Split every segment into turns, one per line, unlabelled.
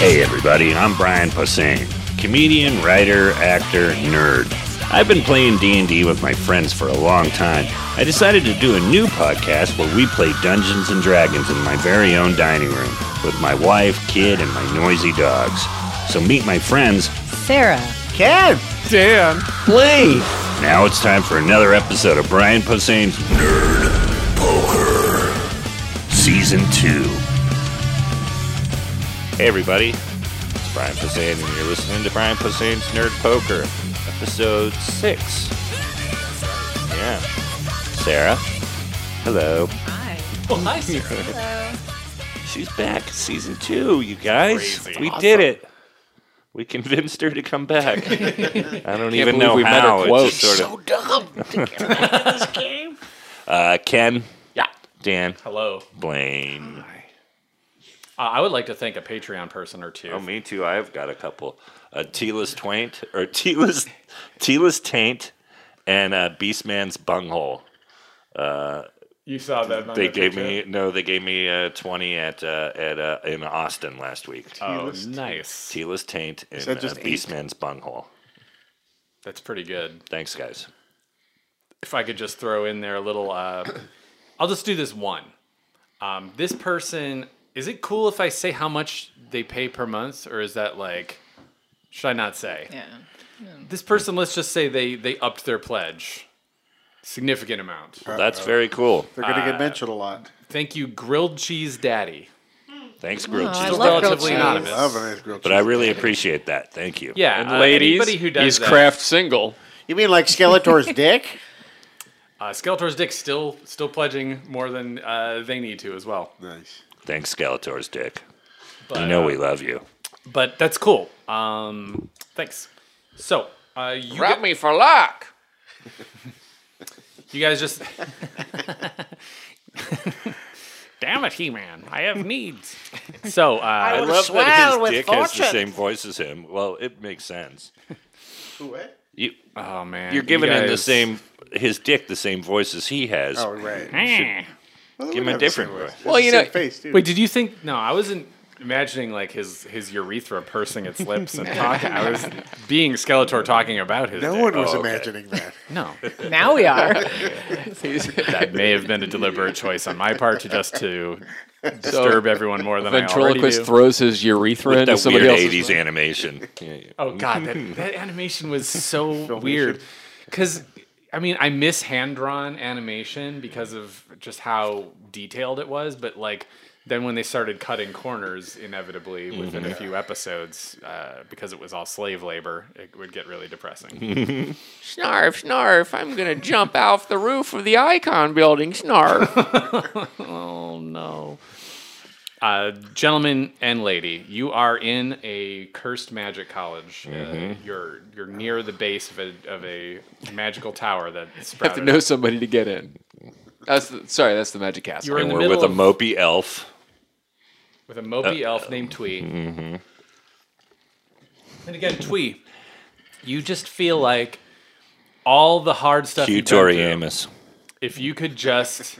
Hey, everybody, I'm Brian Posehn, comedian, writer, actor, nerd. I've been playing D&D with my friends for a long time. I decided to do a new podcast where we play Dungeons and Dragons in my very own dining room with my wife, kid, and my noisy dogs. So meet my friends.
Sarah.
Kev,
Dan.
Lee,
Now it's time for another episode of Brian Posehn's Nerd Poker Season 2. Hey everybody, it's Brian Posehn and you're listening to Brian Posehn's Nerd Poker, episode 6. Yeah. Sarah. Hello.
Hi.
She's back, season 2, you guys. We did it. We convinced her to come back. I don't even know
we met her
how.
quote.
It's just sort of Uh, Ken.
Yeah.
Dan.
Hello.
Blaine.
Uh, I would like to thank a Patreon person or two.
Oh, me too. I've got a couple. Uh, Tila's Twaint, or Tila's, Tila's Taint, and uh, Beastman's Bunghole.
you saw that?
They gave me no. They gave me uh, twenty at uh, at uh, in Austin last week.
Oh, nice.
Tila's Taint and
that
uh,
just eight?
Beastman's Bunghole.
That's pretty good.
Thanks, guys.
If I could just throw in there a little, uh, I'll just do this one. Um, this person, is it cool if I say how much they pay per month, or is that like, should I not say?
Yeah.
This person, let's just say they they upped their pledge, significant amount.
Uh,
That's very cool.
They're going to get mentioned a lot.
Thank you, Grilled Cheese Daddy.
Thanks, grilled
Oh, I
cheese.
love grilled
relatively
cheese.
I
anonymous.
love a nice grilled
But I
cheese.
really appreciate that. Thank you.
Yeah,
And
uh,
ladies,
anybody who does
he's
that-
craft single.
You mean like Skeletor's dick?
Uh, Skeletor's dick still still pledging more than uh, they need to as well.
Nice.
Thanks, Skeletor's dick.
But,
I know
uh,
we love you.
but that's cool. Um, thanks. So uh, you
Grab
gu-
me for luck.
you guys just. Damn it, He Man! I have needs. So uh,
I love that his
with
dick has the same voice as him. Well, it makes sense. You,
oh man,
you're giving
you
him the
guys-
same his dick the same voice as he has.
Oh, right.
Eh.
Give him a different voice.
Well,
you know-
face, too.
Wait, did you think? No, I wasn't imagining like his his urethra pursing its lips and talking. I was being Skeletor talking about his.
no
dick.
one was
Oh, okay.
imagining that.
No.
Now we are.
that may have been a deliberate choice on my part to just to
So
disturb everyone more than I already do.
ventriloquist throws his urethra into
That
somebody
weird
else's.
'80s animation. Yeah, yeah.
oh god, that, that animation was so weird. Because I mean, I miss hand drawn animation because of just how detailed it was. But like, then when they started cutting corners, inevitably within
Mm-hmm.
a few episodes, uh, because it was all slave labor, it would get really depressing.
Snarf, snarf! I'm gonna jump off the roof of the Icon Building. Snarf.
oh no. Uh, gentlemen and lady, you are in a cursed magic college. Uh,
Mm-hmm.
you're you're near the base of a of a magical tower that
have to
sprouted.
know somebody to get in. That's the, sorry. That's the magic castle.
You're in
And
the
we're with
middle
a
of,
mopey elf.
with a mopey elf named Twee.
Mm-hmm.
And again, Twee, you just feel like all the hard stuff.
Cue
you've been
Tori
through,
Amos.
If you could just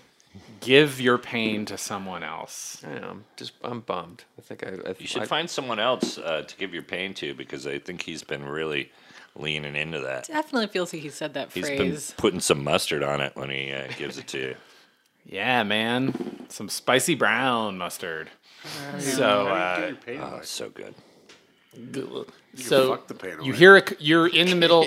give your pain to someone else,
I know, I'm just I'm bummed. I think I. I
You should find someone else uh, to give your pain to because I think he's been really leaning into that.
Definitely feels like he said that
He's
phrase.
been putting some mustard on it when he uh, gives it to you.
yeah, man, some spicy brown mustard. So. Uh,
Your pain
Oh, it's so good.
so
fuck the pain
you
away.
hear a c you're in the middle.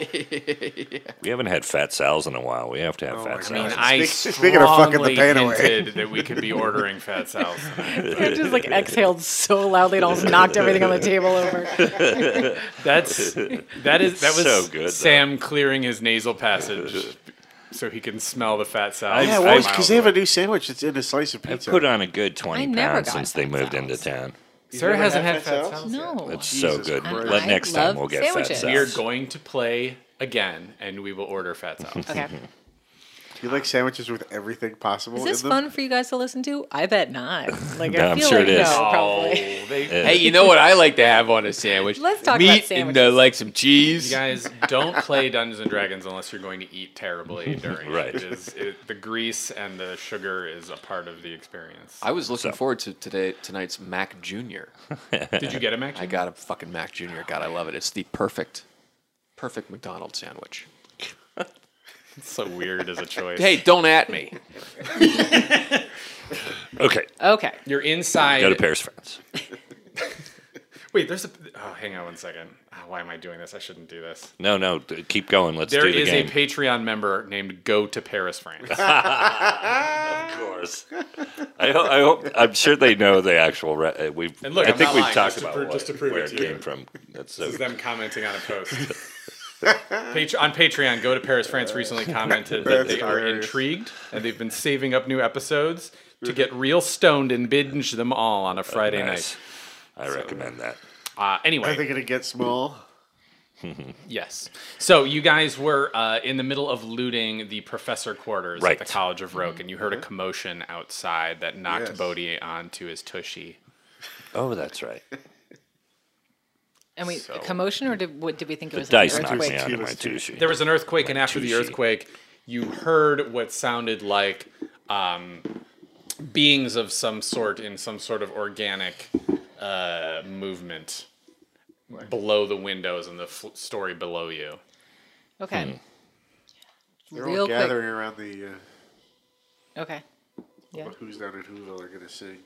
We haven't had fat Sal's in a while. We have to have fat
I mean,
Sal's.
I
Speak- speaking of fucking
strongly
the pain away.
hinted that we could be ordering fat sal's.
I just like exhaled so loudly and almost knocked everything on the table over.
That's that is that was
So good, though.
Sam clearing his nasal passage so he can smell the fat sal's.
Yeah,
from
well,
miles
because they have a
away.
new sandwich. It's in a slice of pizza.
Put on a good 20
I never
pounds
got
since they
Fat
moved
Sal's.
into town.
Sarah
never
hasn't
had
had
Fat
fat
Sal's?
sal's. yet.
No.
It's so
Jesus
good.
Christ.
Let
I
next time
love
we'll get
sandwiches.
fat
We are
Sal's.
going to play again, and we will order fat sal's.
Okay.
You like sandwiches with everything possible
Is this
in them?
fun for you guys to listen to? I bet not. Like
No,
I
I'm
feel
sure
like
it is.
no, probably.
Oh, they,
Hey, you know what I like to have on a sandwich?
Let's talk about
Meat and uh,
sandwiches.
like some cheese.
You guys don't play Dungeons and Dragons unless you're going to eat terribly during it.
Right.
It is, it, the grease and the sugar is a part of the experience.
I was looking
So-
forward to today tonight's Mac Junior.
Did you get him actually?
I got a fucking Mac Junior. God, I love it. It's the perfect, perfect McDonald's sandwich.
It's so weird as a choice.
Hey, don't at me.
Okay,
Oh.
Okay.
you're inside.
go to Paris, France.
Wait, there's a. Oh, hang on one second. Ah, why am I doing this? I shouldn't do this.
No, no, d- keep going. Let's
There
do the
is
game.
a Patreon member named Go to Paris, France.
of course. I, ho- I hope. I'm sure they know the actual. Re- uh, we've.
And look,
I
I'm
think
not
we've
lying,
talked
just to
about
prove-
what-
just to prove
where
it
it
to you.
came from. That's so.
This is them commenting on a post. Pat- on Patreon, Go to Paris France recently commented that
That's
they are
hilarious.
intrigued and they've been saving up new episodes to get real stoned and binge them all on a Friday
nice. I recommend that.
night. Uh,
Are
anyway,
they gonna get small?
yes. So you guys were uh, in the middle of looting the professor quarters
Right.
at the College of Roke, and you heard a commotion outside that knocked
Yes.
Bodhi onto his tushy.
Oh, that's right.
And we
So-
commotion or did what did we think it was an
Dice knocked me
earthquake?
onto my
Let's do
two
it.
sheet.
There was an earthquake, and after the
Touche.
earthquake, you heard what sounded like um, beings of some sort in some sort of organic uh, movement below the windows and the fl- story below you.
Okay.
Hmm.
They're all
Real quick.
gathering around the uh,
Okay. Yeah.
what who's down in Whoville are gonna sing.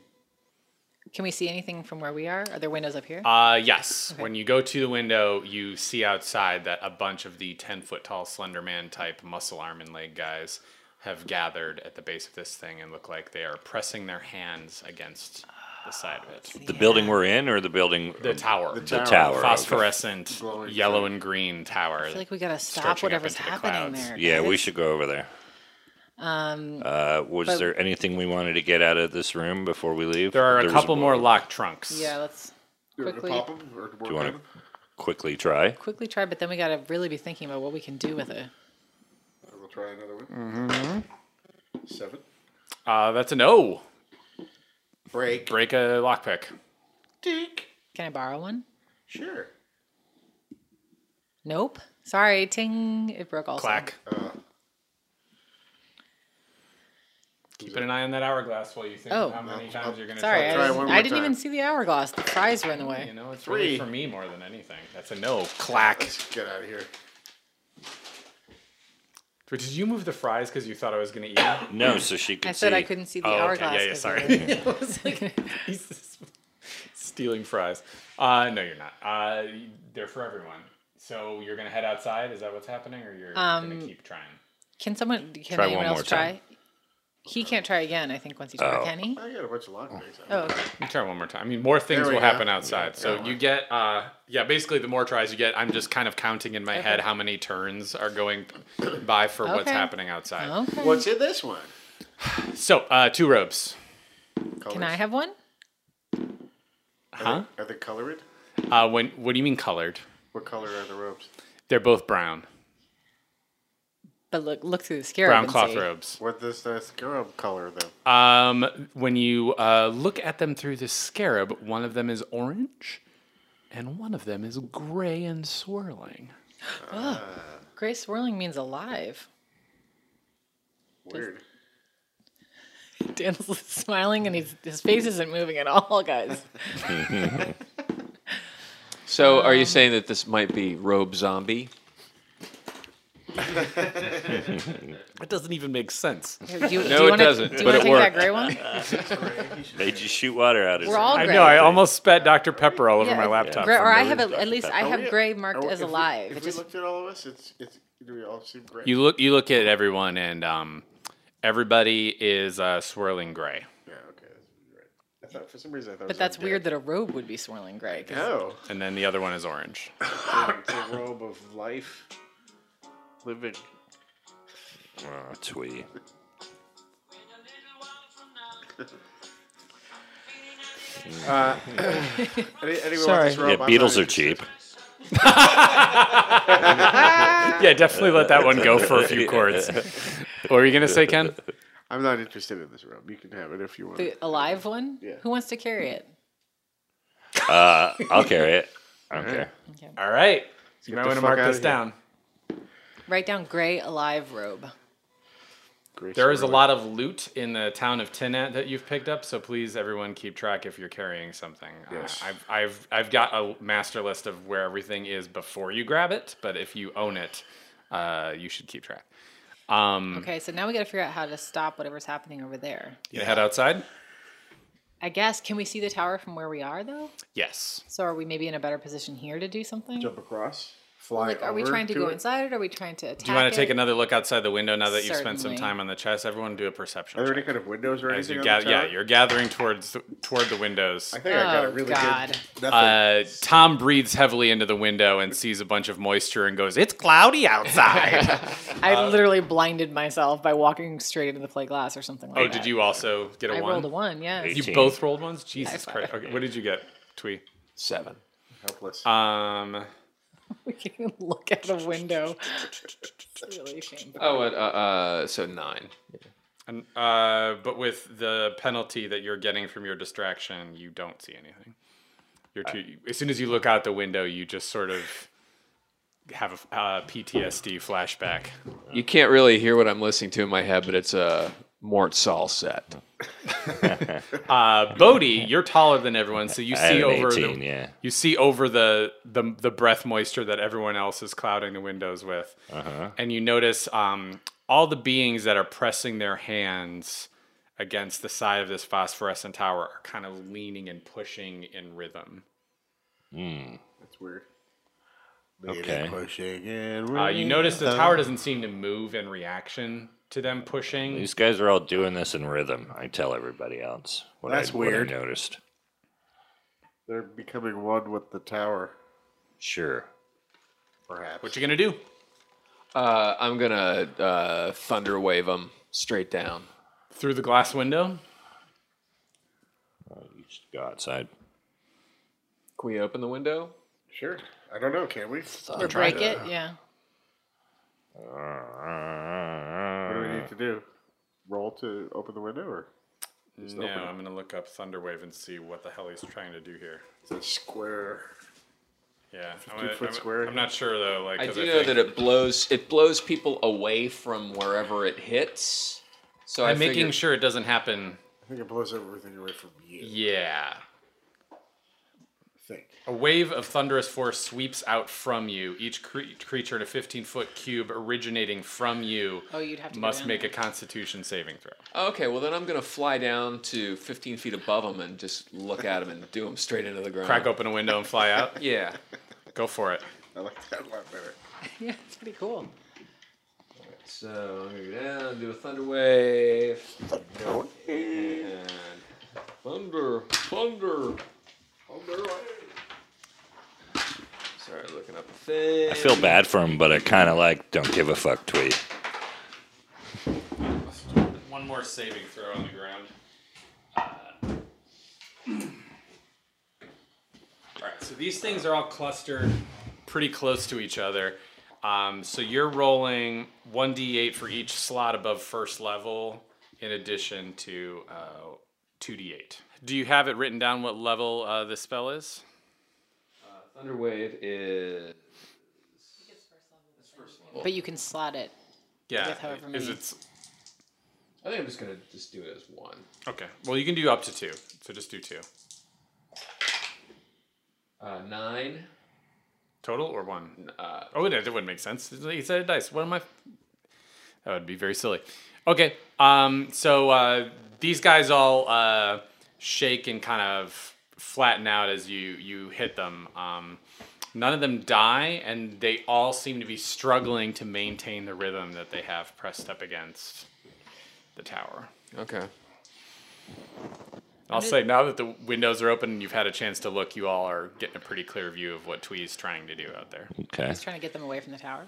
Can we see anything from where we are? Are there windows up here?
Uh, yes, when you go to the window, you see outside that a bunch of the 10 foot tall Slender Man type muscle arm and leg guys have gathered at the base of this thing and look like they are pressing their hands against the side of it.
the building we're in, or the building.
The tower.
The
The
tower.
tower. okay.
phosphorescent
Glowing
yellow and green tower.
I feel like we gotta stop
Stretching up
whatever's
into the
happening
clouds.
there.
Yeah,
guys.
we should go over there.
Um,
Uh, was
But-
there anything we wanted to get out of this room before we leave?
there are a
was
couple more locked trunks.
yeah. Let's
You're
Quickly.
gonna pop 'em or work
Do you want to
on 'em?
quickly try?
quickly try, but then we gotta really be thinking about what we can do with it.
I will try another one. Seven.
Uh, that's a no.
Break.
Break a lockpick.
Dink.
Can I borrow one?
Sure.
Nope. Sorry. Ting. It broke also.
Clack. Keeping an eye on that hourglass while you think
Oh.
how many times you're going to
Sorry.
try.
I,
it.
Try
didn't-
one
I
more
didn't even
time.
see the hourglass. The prize ran away.
You know, it's really
Three.
for me more than anything. That's a no. Clack.
Let's get out of here.
Did you move the fries because you thought I was going to eat them?
No, so she could
I said
see.
I couldn't see the
Oh, okay.
hourglass.
Yeah, yeah,
'cause
sorry.
of the- I was like-
He's stealing fries. Uh, no, you're not. Uh, they're for everyone. So you're going to head outside? Is that what's happening? Or you're going to keep trying?
Can someone? Can
Try one
anyone else
more
try?
time.
He can't try again. I think once he tried,
Oh.
can he?
I got a bunch of lockpicks.
Oh, okay.
You try one more time. I mean, more things
There we
will
go.
happen outside. so you get, uh, yeah, basically the more tries you get, I'm just kind of counting in my head how many turns are going by for what's
Okay.
happening outside.
okay.
What's in this one?
So uh, two robes.
Can I have one?
Huh?
Are they colored?
Uh, when? What do you mean colored?
What color are the robes?
They're both brown.
But look, look through the scarab.
Brown
and
cloth
see.
robes.
What does the scarab color though?
Uh,
Um, when you uh, look at them through the scarab, one of them is orange, and one of them is gray and swirling.
Gray swirling means alive.
Weird.
Daniel's smiling and he's, his face isn't moving at all, guys.
So, are you saying that this might be robe zombie?
That doesn't even make sense.
Here, Do you,
No,
do you
it
wanna,
doesn't,
Do you
but
wanna
it
take that
worked.
gray one?
Made you shoot water out of
We're
it.
all
I
gray.
know. I almost spat Dr. Pepper all over
Yeah,
my
it's
laptop.
Gray,
for
or
no
I have
reason.
a, at least I
Are
have
we-
gray
Oh, Are
marked
we-
as
if we-
alive.
If
It
we
just
looked at all of us, it's it's do we all seem gray?
You look. You look at everyone, and um, everybody is uh, swirling gray.
yeah, okay, that's right. I thought for some reason I thought.
but that's weird that a robe would be swirling gray. 'cause-
No,
And then the other one is orange.
it's a robe of life, living.
Oh, twee.
Any, anyone
Sorry.
Want this robe?
Yeah,
I'm not
Beatles are
interested.
cheap.
Yeah, definitely let that one go for a few chords. What were you gonna say, Ken?
I'm not interested in this robe. You can have it if you want.
The alive one?
Yeah.
Who wants to carry it?
Uh, I'll carry it. Okay.
Alright.
All right, you
Get
might
the
want to
fuck
mark
outta
this
here.
down.
Write down gray alive robe.
Grace
There is a
Orlando.
lot of loot in the town of Tinnet that you've picked up, so please, everyone, keep track if you're carrying something. Uh,
Yes.
I've, I've, I've got a master list of where everything is before you grab it, but if you own it, uh, you should keep track. Um,
Okay, so now we got to figure out how to stop whatever's happening over there.
You gonna head outside?
I guess, can we see the tower from where we are, though?
Yes.
So are we maybe in a better position here to do something?
Jump across. Fly.
Like, are we
over
trying to, go
it.
inside it? Or are we trying to attack
Do you want
it?
to take another look outside the window now that you've spent some
Certainly.
time on the chest? Everyone, do a perception
Are there any
check.
kind of windows or
As
anything?
you
on
ga-
the
yeah,
tower?
you're gathering towards the, toward the windows.
I think I got a
Oh,
really
God.
good. Nothing.
Uh, Tom breathes heavily into the window and sees a bunch of moisture and goes, "It's cloudy outside."
Uh,
I literally blinded myself by walking straight into the plate glass or something like
Oh,
that.
did you also get a
I
one?
rolled a one, yeah.
Hey,
You
Eighteen.
both rolled ones? Jesus
five.
Christ. Okay, what did you get, Twee?
Seven.
helpless.
Um,
We can even look out the window. It's really shameful.
Oh, uh, uh, so nine.
and, uh, but with the penalty that you're getting from your distraction, you don't see anything. You're too, as soon as you look out the window, you just sort of have a uh, PTSD flashback.
You can't really hear what I'm listening to in my head, but it's a Mort Saul set.
Uh, Bodhi, you're taller than everyone, so you
I had
see
an
over
18,
the,
yeah.
you see over the, the the breath moisture that everyone else is clouding the windows with, and you notice um, all the beings that are pressing their hands against the side of this phosphorescent tower are kind of leaning and pushing in rhythm.
That's weird.
Okay.
Pushing and
Uh, you notice the tower doesn't seem to move in reaction to them pushing.
These guys are all doing this in rhythm. I tell everybody else what,
That's
I, what I
weird.
noticed.
They're becoming one with the tower,
Sure.
perhaps.
What you gonna do?
Uh, I'm gonna uh, thunder wave them straight down.
Through the glass window?
You just go outside.
Can we open the window?
sure. I don't know. Can we?
Or break it, yeah.
What do we need to do? Roll to open the window, or
No, I'm gonna look up Thunderwave and see what the hell he's trying to do here.
it's a square.
Yeah, I'm,
15 foot square.
I'm not sure though. Like,
I
'cause
do know that
think-
it blows. It blows people away from wherever it hits. So
I'm
I
making
figured-
sure it doesn't happen.
I think it blows everything away from you.
Yeah.
I think.
A wave of thunderous force sweeps out from you. Each cre- creature in a 15 foot cube originating from you
Oh, you'd have to go
must
down
make a constitution saving throw.
Okay, well then I'm gonna fly down to 15 feet above them and just look at them and do them straight into the ground.
Crack open a window and fly out.
Yeah.
Go for it.
I like that a lot better.
Yeah, it's pretty cool.
So I'm gonna go down, do a thunder wave, and thunder, thunder. Sorry, looking up a thing.
I feel bad for him, but I kind of like don't give a fuck tweet.
One more saving throw on the ground. Uh, all right, so these things are all clustered pretty close to each other. Um, so you're rolling 1d8 for each slot above first level, in addition to uh, 2d8. Do you have it written down what level uh, the spell is?
Thunder wave is.
But you can slot it.
Yeah.
With however
Is
many.
it's
I think I'm just gonna just do it as one.
okay? Well, you can do up to two, so just do two
Uh, nine.
total or one.
Uh,
Oh, it, it wouldn't make sense. He said a dice. What am I? That would be very silly. Okay. Um, so uh, these guys all uh, shake and kind of flatten out as you you hit them. Um, none of them die, and they all seem to be struggling to maintain the rhythm that they have pressed up against the tower.
okay.
I'll say now that the windows are open and you've had a chance to look, you all are getting a pretty clear view of what Twee's trying to do out there.
Okay.
Trying to get them away from the tower.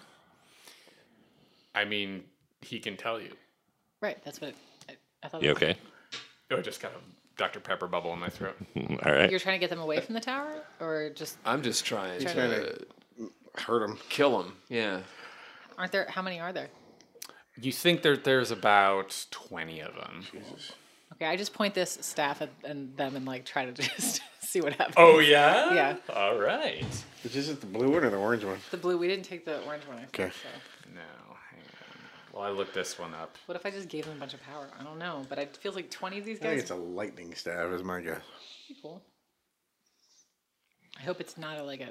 I mean, he can tell you.
Right, that's what I, I thought.
You okay?
Oh, I just got a Dr. Pepper bubble in my throat.
All right.
You're trying to get them away from the tower? Or just,
I'm just trying
Trying
to
Hurt him.
kill them. Yeah.
aren't there, how many are there?
You think there there's about twenty of them.
Okay, I just point this staff at and them and like try to just see what happens.
Oh yeah.
Yeah.
All right.
Is this the blue one or the orange one?
The blue. We didn't take the orange one. I think,
Okay.
So.
No. Hang on. Well, I looked this one up.
What if I just gave them a bunch of power? I don't know, but it feels like twenty of these
I think
guys.
it's a lightning stab, is my guess.
would be cool. I hope it's not a, like a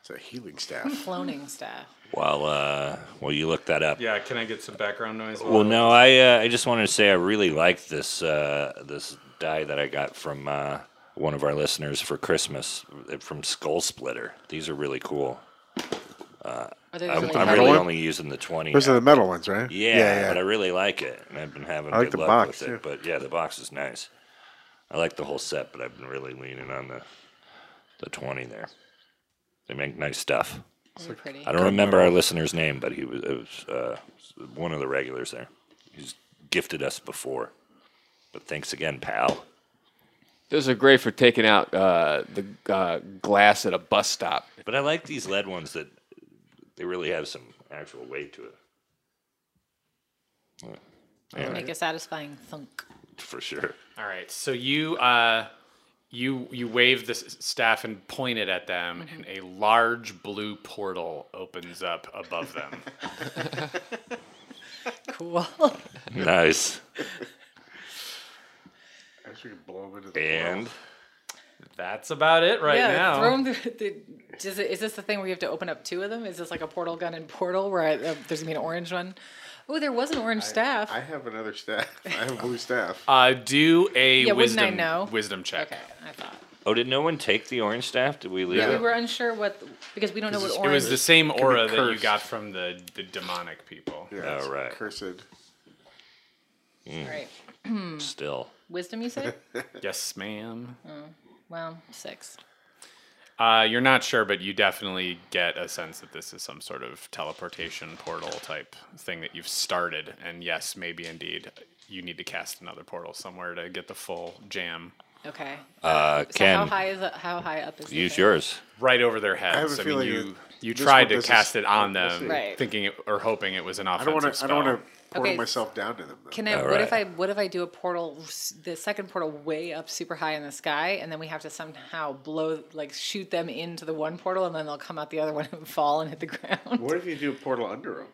It's a healing staff.
cloning staff.
While uh, while you look that up.
Yeah. Can I get some background noise?
Well, no, I uh, I just wanted to say I really like this uh, this die that I got from uh, one of our listeners for Christmas uh, from Skull Splitter. These are really cool.
Are they
I'm,
like
I'm
metal?
really
one?
only using the twenty.
Those
now.
are the metal ones, right?
Yeah,
Yeah.
but I
yeah.
really like it, and I've been having
I like
good
the
luck
box,
with it.
too.
But yeah, the box is nice. I like the whole set, but I've been really leaning on the the twenty there. They make nice stuff.
They're pretty.
I don't remember our listener's name, but he was, it was uh, one of the regulars there. He's gifted us before, but thanks again, pal.
Those are great for taking out uh, the uh, glass at a bus stop.
But I like these lead ones that they really have some actual weight to it.
Make a satisfying thunk.
For sure.
All right. So you uh, you you wave the s- staff and point it at them,
Mm-hmm.
and a large blue portal opens up above them.
Cool.
nice.
I should blow them into the
And
That's about it right
yeah.
now.
Throw 'em the, the- does it, is this the thing where you have to open up two of them? Is this like a portal gun and portal where I, uh, there's gonna be an orange one? Oh, there was an orange staff.
I have another staff. I have a blue staff.
Uh, do a
Yeah, wouldn't
wisdom
I know?
wisdom check.
okay, I thought
oh, did no one take the orange staff? Did we leave
we
it?
were unsure what because we don't know what
It
orange.
was the same aura that you
cursed.
got from the, the demonic people.
Yeah, it's
all right.
Cursed.
All right.
Still.
Wisdom, you said?
Yes, ma'am.
well, six.
Uh, you're not sure, but you definitely get a sense that this is some sort of teleportation portal type thing that you've started. And yes, maybe indeed, you need to cast another portal somewhere to get the full jam
Okay.
Uh,
So how
Ken,
high is it? How high up is it?
use yours.
right over their heads. I,
have a
mean,
feeling
you
that
you
this
tried
one-
to
this
cast
is-
it on
we'll see.
them,
Right.
thinking it, or hoping it was an
I
offensive
don't want to. I
spell.
don't want to portal
Okay.
myself down to them. Though.
Can I?
All
what if I?
right.
What if I do a portal, s- the second portal, way up, super high in the sky, and then we have to somehow blow, like shoot them into the one portal, and then they'll come out the other one and fall and hit the ground.
What if you do a portal under them?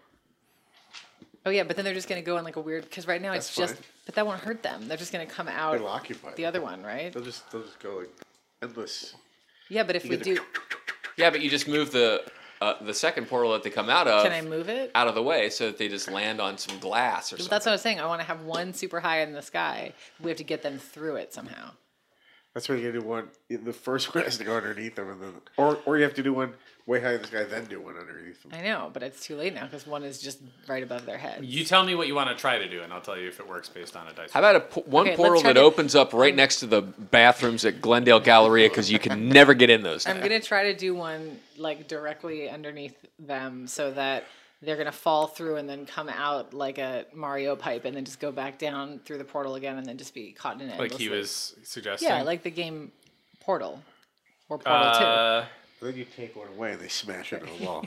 Oh yeah, but then they're just gonna go in like a weird. Because right now it's
That's
just.
fine.
But that won't hurt them. They're just gonna come out
It'll occupy.
the
them.
other one, right?
They'll just they'll just go like endless.
Yeah, but if we do,
Yeah, but you just move the uh, the second portal that they come out of
can I move it?
out of the way so that they just land on some glass or something.
That's what I was saying. I want to have one super high in the sky. We have to get them through it somehow.
That's where you gotta do one. The first one has to go underneath them, and then or or you have to do one way high in the sky, then do one underneath them.
I know, but it's too late now because one is just right above their head.
You tell me what you want to try to do, and I'll tell you if it works based on a dice.
How about a po- one
Okay, let's
portal
try
that
to-
opens up right next to the bathrooms at Glendale Galleria because you can never get in those.
I'm gonna try to do one like directly underneath them so that they're gonna fall through and then come out like a Mario pipe and then just go back down through the portal again and then just be caught in it.
like he
endlessly.
was suggesting?
Yeah, like the game Portal or Portal
Uh,
Then you take one away, and they smash it into the wall.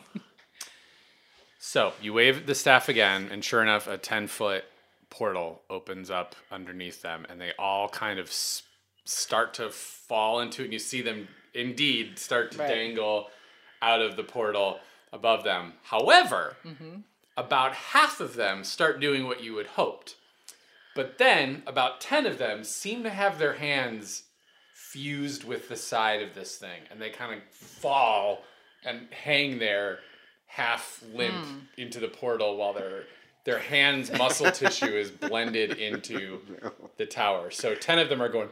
So you wave the staff again, and sure enough, a 10 foot portal opens up underneath them, and they all kind of s- start to fall into it. And you see them indeed start to
Right.
dangle out of the portal above them. However, about half of them start doing what you had hoped. But then about 10 of them seem to have their hands fused with the side of this thing and they kind of fall and hang there half limp
Hmm.
into the portal while their their hands muscle tissue is blended into the tower. So 10 of them are going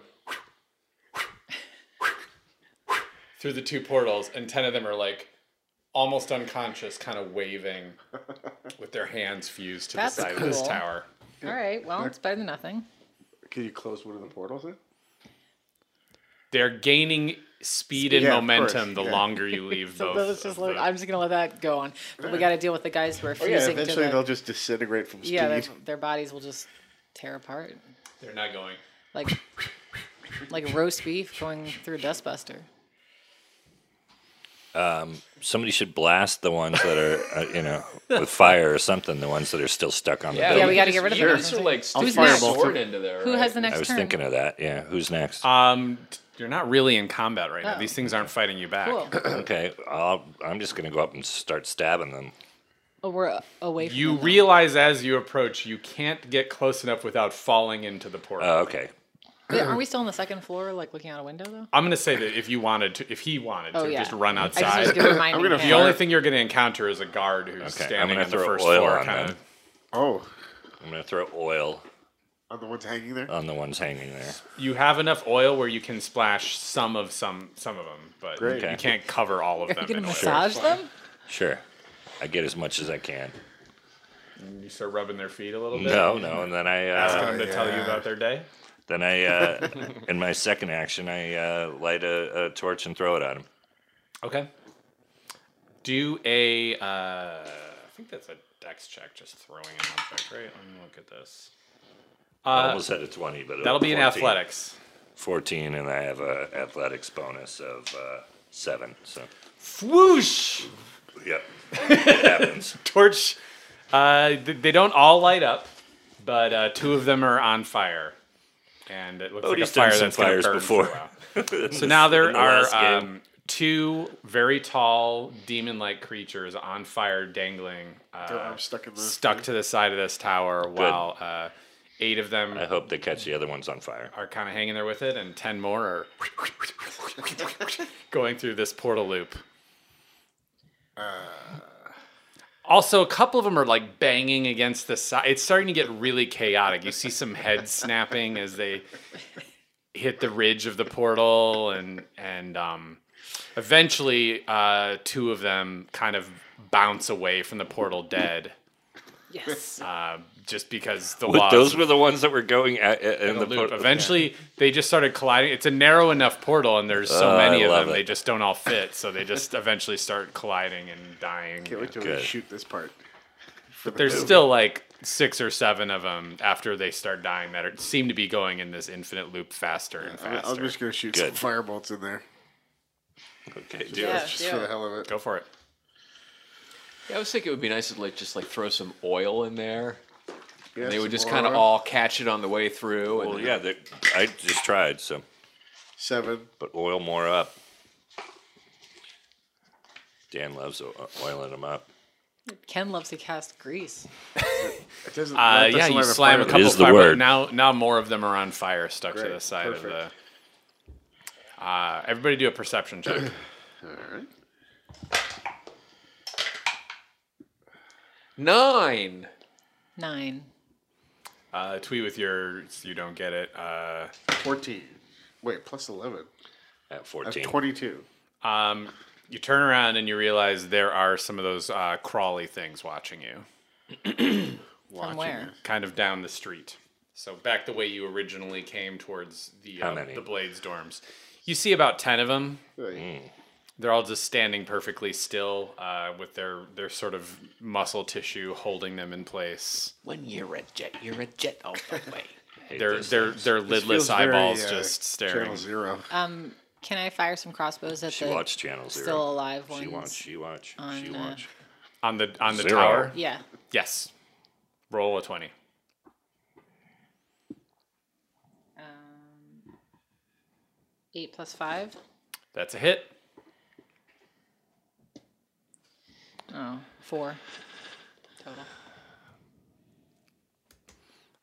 through the two portals and 10 of them are like almost unconscious kind of waving with their hands fused to
That's
the side of this
cool.
tower.
Two. All right, well, it's better than nothing.
Can you close one of the portals? Then?
They're gaining speed and
Yeah, of course,
momentum the
yeah.
longer you leave
So
both.
let's
of
just let,
the-
I'm just gonna let that go on. But we got to deal with the guys who are
Yeah,
fusing to
eventually
the,
they'll just disintegrate from speed.
yeah, their, their bodies will just tear apart
They're not going.
like like roast beef going through a dustbuster.
Somebody should blast the ones that are, uh, you know, with fire or something. The ones that are still stuck on the
Yeah,
building.
we gotta get rid of them.
These are like sticking
Who's
a
next?
sword into there.
Who
right?
has the next
I was
turn?
thinking of that. Yeah. Who's next?
Um, t- you're not really in combat right now.
Oh.
These things aren't fighting you back.
Cool.
okay. I'll, I'm just gonna go up and start stabbing them.
Oh, we're uh, away from
You
them.
realize as you approach, you can't get close enough without falling into the portal.
Oh, okay.
Wait, Are we still on the second floor, like looking out a window though?
I'm gonna say that if you wanted to, if he wanted to,
Oh, yeah.
just run
I just
outside.
need to remind
I'm
him.
gonna
the only thing you're gonna encounter is a guard who's
Okay, I'm
standing
gonna
on the
throw
first
oil
floor,
on
kind of.
them.
Oh,
I'm gonna throw oil
on the ones hanging there.
on the ones hanging there.
You have enough oil where you can splash some of some some of them, but
Great.
you can't cover all of
Are
them.
you gonna
in oil.
massage them?
Sure. I get as much as I can.
You start rubbing their feet a little bit.
No, no, and then I
Asking
uh,
them to tell you about their day.
then I uh, in my second action I uh, light a, a torch and throw it at him.
Okay. Do a. Uh, I think that's a dex check, just throwing an object, right? Let me look at this.
I
Uh,
almost had a twenty, but it
that'll
was
be an
14.
athletics.
Fourteen, and I have a athletics bonus of uh, seven. So
Whoosh!
yep, it happens.
Torch. Uh, th- they don't all light up, but uh, two of them are on fire. And it looks
Oh,
like a
he's done
fire
some
that's going
fires
to burn
before.
for a while. So now there
In the last
are
game.
um, two very tall demon-like creatures on fire, dangling, uh,
I'm stuck in the.
stuck to the side of this tower, while uh, eight of them
I hope they catch the other ones on fire.
are kind of hanging there with it, and ten more are going through this portal loop. Also, a couple of them are like banging against the side. It's starting to get really chaotic. You see some heads snapping as they hit the ridge of the portal, and and um, eventually, uh, two of them kind of bounce away from the portal dead,
Yes.
uh, just because the
But
laws
those were the ones that were going at, at, in
the
the,
loop.
po-
Eventually, they just started colliding. It's a narrow enough portal, and there's so
Oh, I
many of
love
them,
it.
they just don't all fit. So they just eventually start colliding and dying.
Can't wait till we
Good.
shoot this part.
But there's still like six or seven of them after they start dying that are, seem to be going in this infinite loop faster and
I- I'm
faster.
just gonna shoot
Good.
some firebolts in there
Okay, do
Yeah,
it.
just
do
for the
it.
hell of it.
Go for it.
Yeah, I was thinking it would be nice to like just like throw some oil in there.
Yeah,
And they would
some
just
more
kind of
oil.
all catch it on the way through. and
Well, yeah, they, I just tried so,
seven.
but oil more up. Dan loves o- oiling them up.
Ken loves to cast grease.
It doesn't.
Uh,
that
yeah,
doesn't
you
light
slam a
fire.
couple
is the
fire-
word.
Now, now more of them are on fire, stuck to
Great,
the side of
perfect.
the. Uh, everybody, do a perception check.
Nine.
Nine.
Uh, tweet with your. You don't get it. Uh,
Fourteen. Wait, plus eleven.
At
That's
14.
twenty-two.
Um, you turn around and you realize there are some of those uh, crawly things watching you,
From where?
kind of down the street. So back the way you originally came towards the
How
uh,
many?
the Blades dorms. You see about ten of them.
Right.
Hmm.
They're all just standing perfectly still, uh, with their their sort of muscle tissue holding them in place.
When you're a jet, you're a jet all the way.
Hate
Their
this.
their their
Feels
lidless
very,
eyeballs
uh,
just staring.
Channel zero.
Can I fire some crossbows at
She
the
watched Channel Zero.
still alive ones?
She watched. She watched. She
on, uh,
watched.
On the on the
Zero.
tower.
Yeah.
Yes. Roll a twenty.
Eight plus five.
That's a hit.
Oh, four total.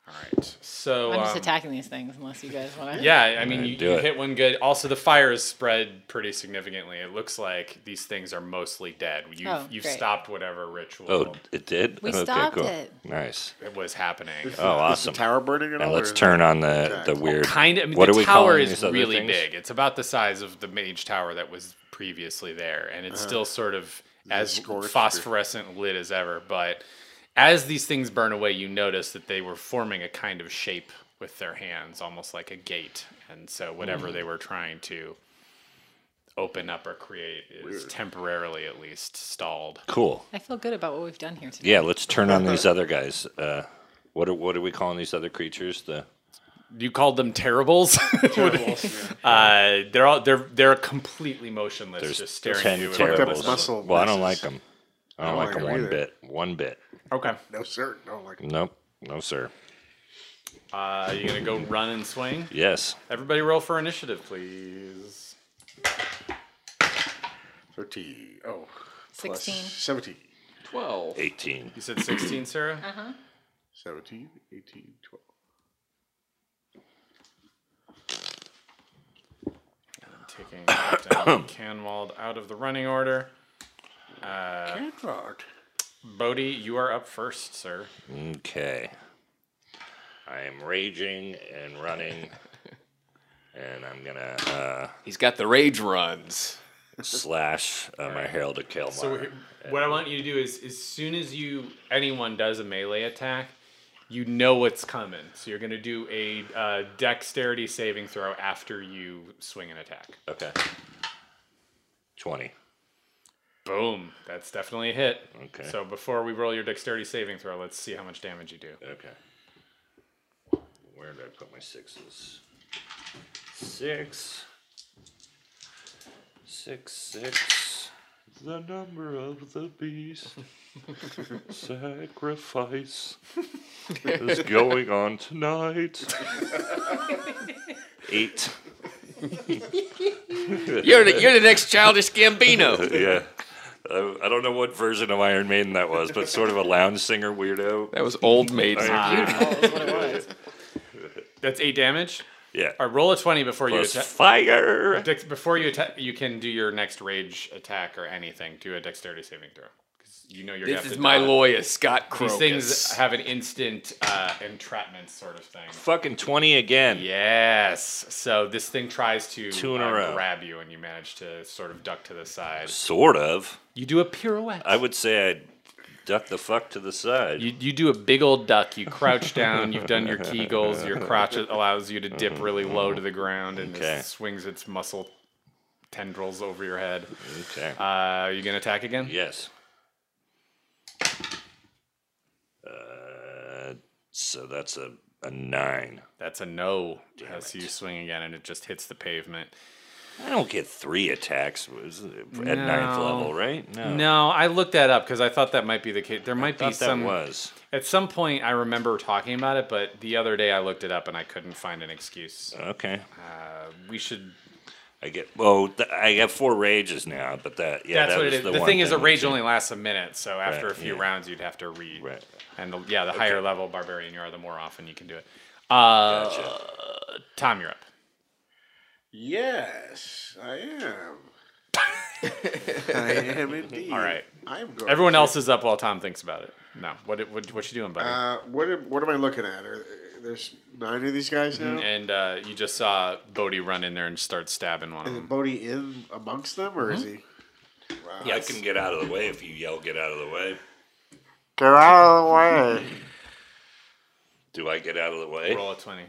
All right. So
I'm just
um,
attacking these things unless you guys want to.
Yeah, I mean,
Alright,
you,
do
you
it.
hit one good. Also, the fire is spread pretty significantly. It looks like these things are mostly dead. You've,
Oh,
you've
great.
stopped whatever ritual
Oh, it did.
We
okay,
stopped
cool.
it.
Nice.
that was happening.
Oh,
Uh,
awesome.
Is the tower burning at
Now
all?
let's
or-
turn on the the weird.
Kind of. I mean,
what
the
are we
tower
calling
is
these other
really
things?
big. It's about the size of the mage tower that was previously there, and it's still sort of as
Uh-huh. scorched or-
phosphorescent lit as ever. But as these things burn away, you notice that they were forming a kind of shape with their hands, almost like a gate. And so, whatever
Mm.
they were trying to open up or create is temporarily, at least, stalled.
Cool.
I feel good about what we've done here today.
Yeah, let's turn on these other guys. Uh, what are what are we calling these other creatures? The
you called them terribles.
Terribles,
uh, they're all they're they're completely motionless,
There's
just staring at
ten
you. in
terrible-
their-
Fucked
terribles.
up muscle
Well, I don't like them.
masses.
I don't,
I don't
like
like
them
'em
one
either.
bit. One bit.
Okay,
No, sir. No, like
Nope. No, sir.
uh, you gonna go run and swing?
Yes.
Everybody, roll for initiative, please.
13. Oh,
16.
17.
12.
18.
You said sixteen, Sarah.
17, 18, 12.
Taking down Canwald out of the running order. Uh.
Canrod.
Bodhi, you are up first, sir.
Okay. I am raging and running, and I'm gonna uh,
He's got the rage runs.
slash uh, my Herald of Kael'mar.
So wh- what I want you to do is, as soon as you anyone does a melee attack, you know what's coming. So you're gonna do a uh, dexterity saving throw after you swing an attack.
okay. Twenty.
Boom! That's definitely a hit.
Okay.
So before we roll your dexterity saving throw, let's see how much damage you do.
Okay. Where did I put my sixes? Six. Six, six. The number of the beast. Sacrifice is going on tonight. Eight.
You're the, you're the next childish Gambino.
Yeah. I, I don't know what version of Iron Maiden that was, but sort of a lounge singer weirdo.
That was old maiden.
Beautiful is what it was.
That's eight damage.
Yeah.
All right, roll a twenty before
Plus
you attack.
fire.
Dex- before you attack, you can do your next rage attack or anything. Do a dexterity saving throw because you know you're. gonna
This
have
is
to
my
dodge.
lawyer, Scott
These
Crocus.
things have an instant uh, entrapment sort of thing.
Fucking 20 again.
Yes. So this thing tries to
Two in a
uh,
row.
grab you, and you manage to sort of duck to the side.
Sort of.
You do a pirouette.
I would say I duck the fuck to the side.
you, you do a big old duck. You crouch down. You've done your kegels. Your crotch allows you to dip really low to the ground, and
Okay.
this swings its muscle tendrils over your head.
okay.
Uh, you gonna attack again?
yes. Uh, so that's a, a nine.
That's a no. as you swing again, and it just hits the pavement.
I don't get three attacks was- at ninth
No.
level, right? No.
No, I looked that up because I thought that might be the case. There might
I thought
be some.
that was.
At some point, I remember talking about it, but the other day I looked it up and I couldn't find an excuse.
Okay.
Uh, we should.
I get, oh, th- I got four rages now, but that, yeah,
that's
that
what it
was
is. The,
one
thing is, a
that
rage
you-
only lasts a minute, so after
Right,
a few
yeah.
rounds, you'd have to read.
Right.
And the, yeah, the higher level barbarian you are, the more often you can do it. Uh,
Gotcha.
Tom, you're up.
Yes, I am. I am indeed.
All right.
I'm going
Everyone
to-
else is up while Tom thinks about it. No, what what what you doing, buddy?
Uh, what, am, what am I looking at? Are, there's nine of these guys
Mm-hmm.
now?
and uh, you just saw Bodhi run in there and start stabbing one of
Is
them.
Bodhi in amongst them, or
Mm-hmm.
is he?
I can get out of the way if you yell, get out of the way.
Get out of the way.
Do I get out of the way?
Roll a twenty.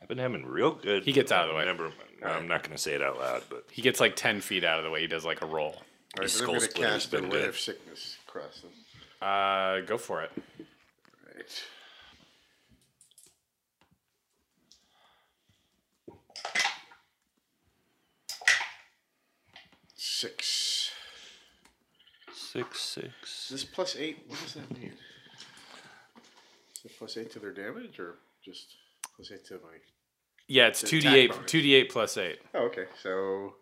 I've been having real good.
He gets out of the way.
Never mind. No, I'm not going to say it out loud, but
He gets like ten feet out of the way. He does like a roll.
All right,
His
then
skull
I'm going to
splitter's
cast
been
Bewray
good.
of Sickness across them.
Uh, go for it.
Right. Six.
six
Is
six.
this plus eight? What does that mean? Is it plus eight to their damage, or just plus eight to my?
Yeah, it's
It's
two
an
d
attack
eight,
bonus.
two d eight plus eight.
Oh, okay. So.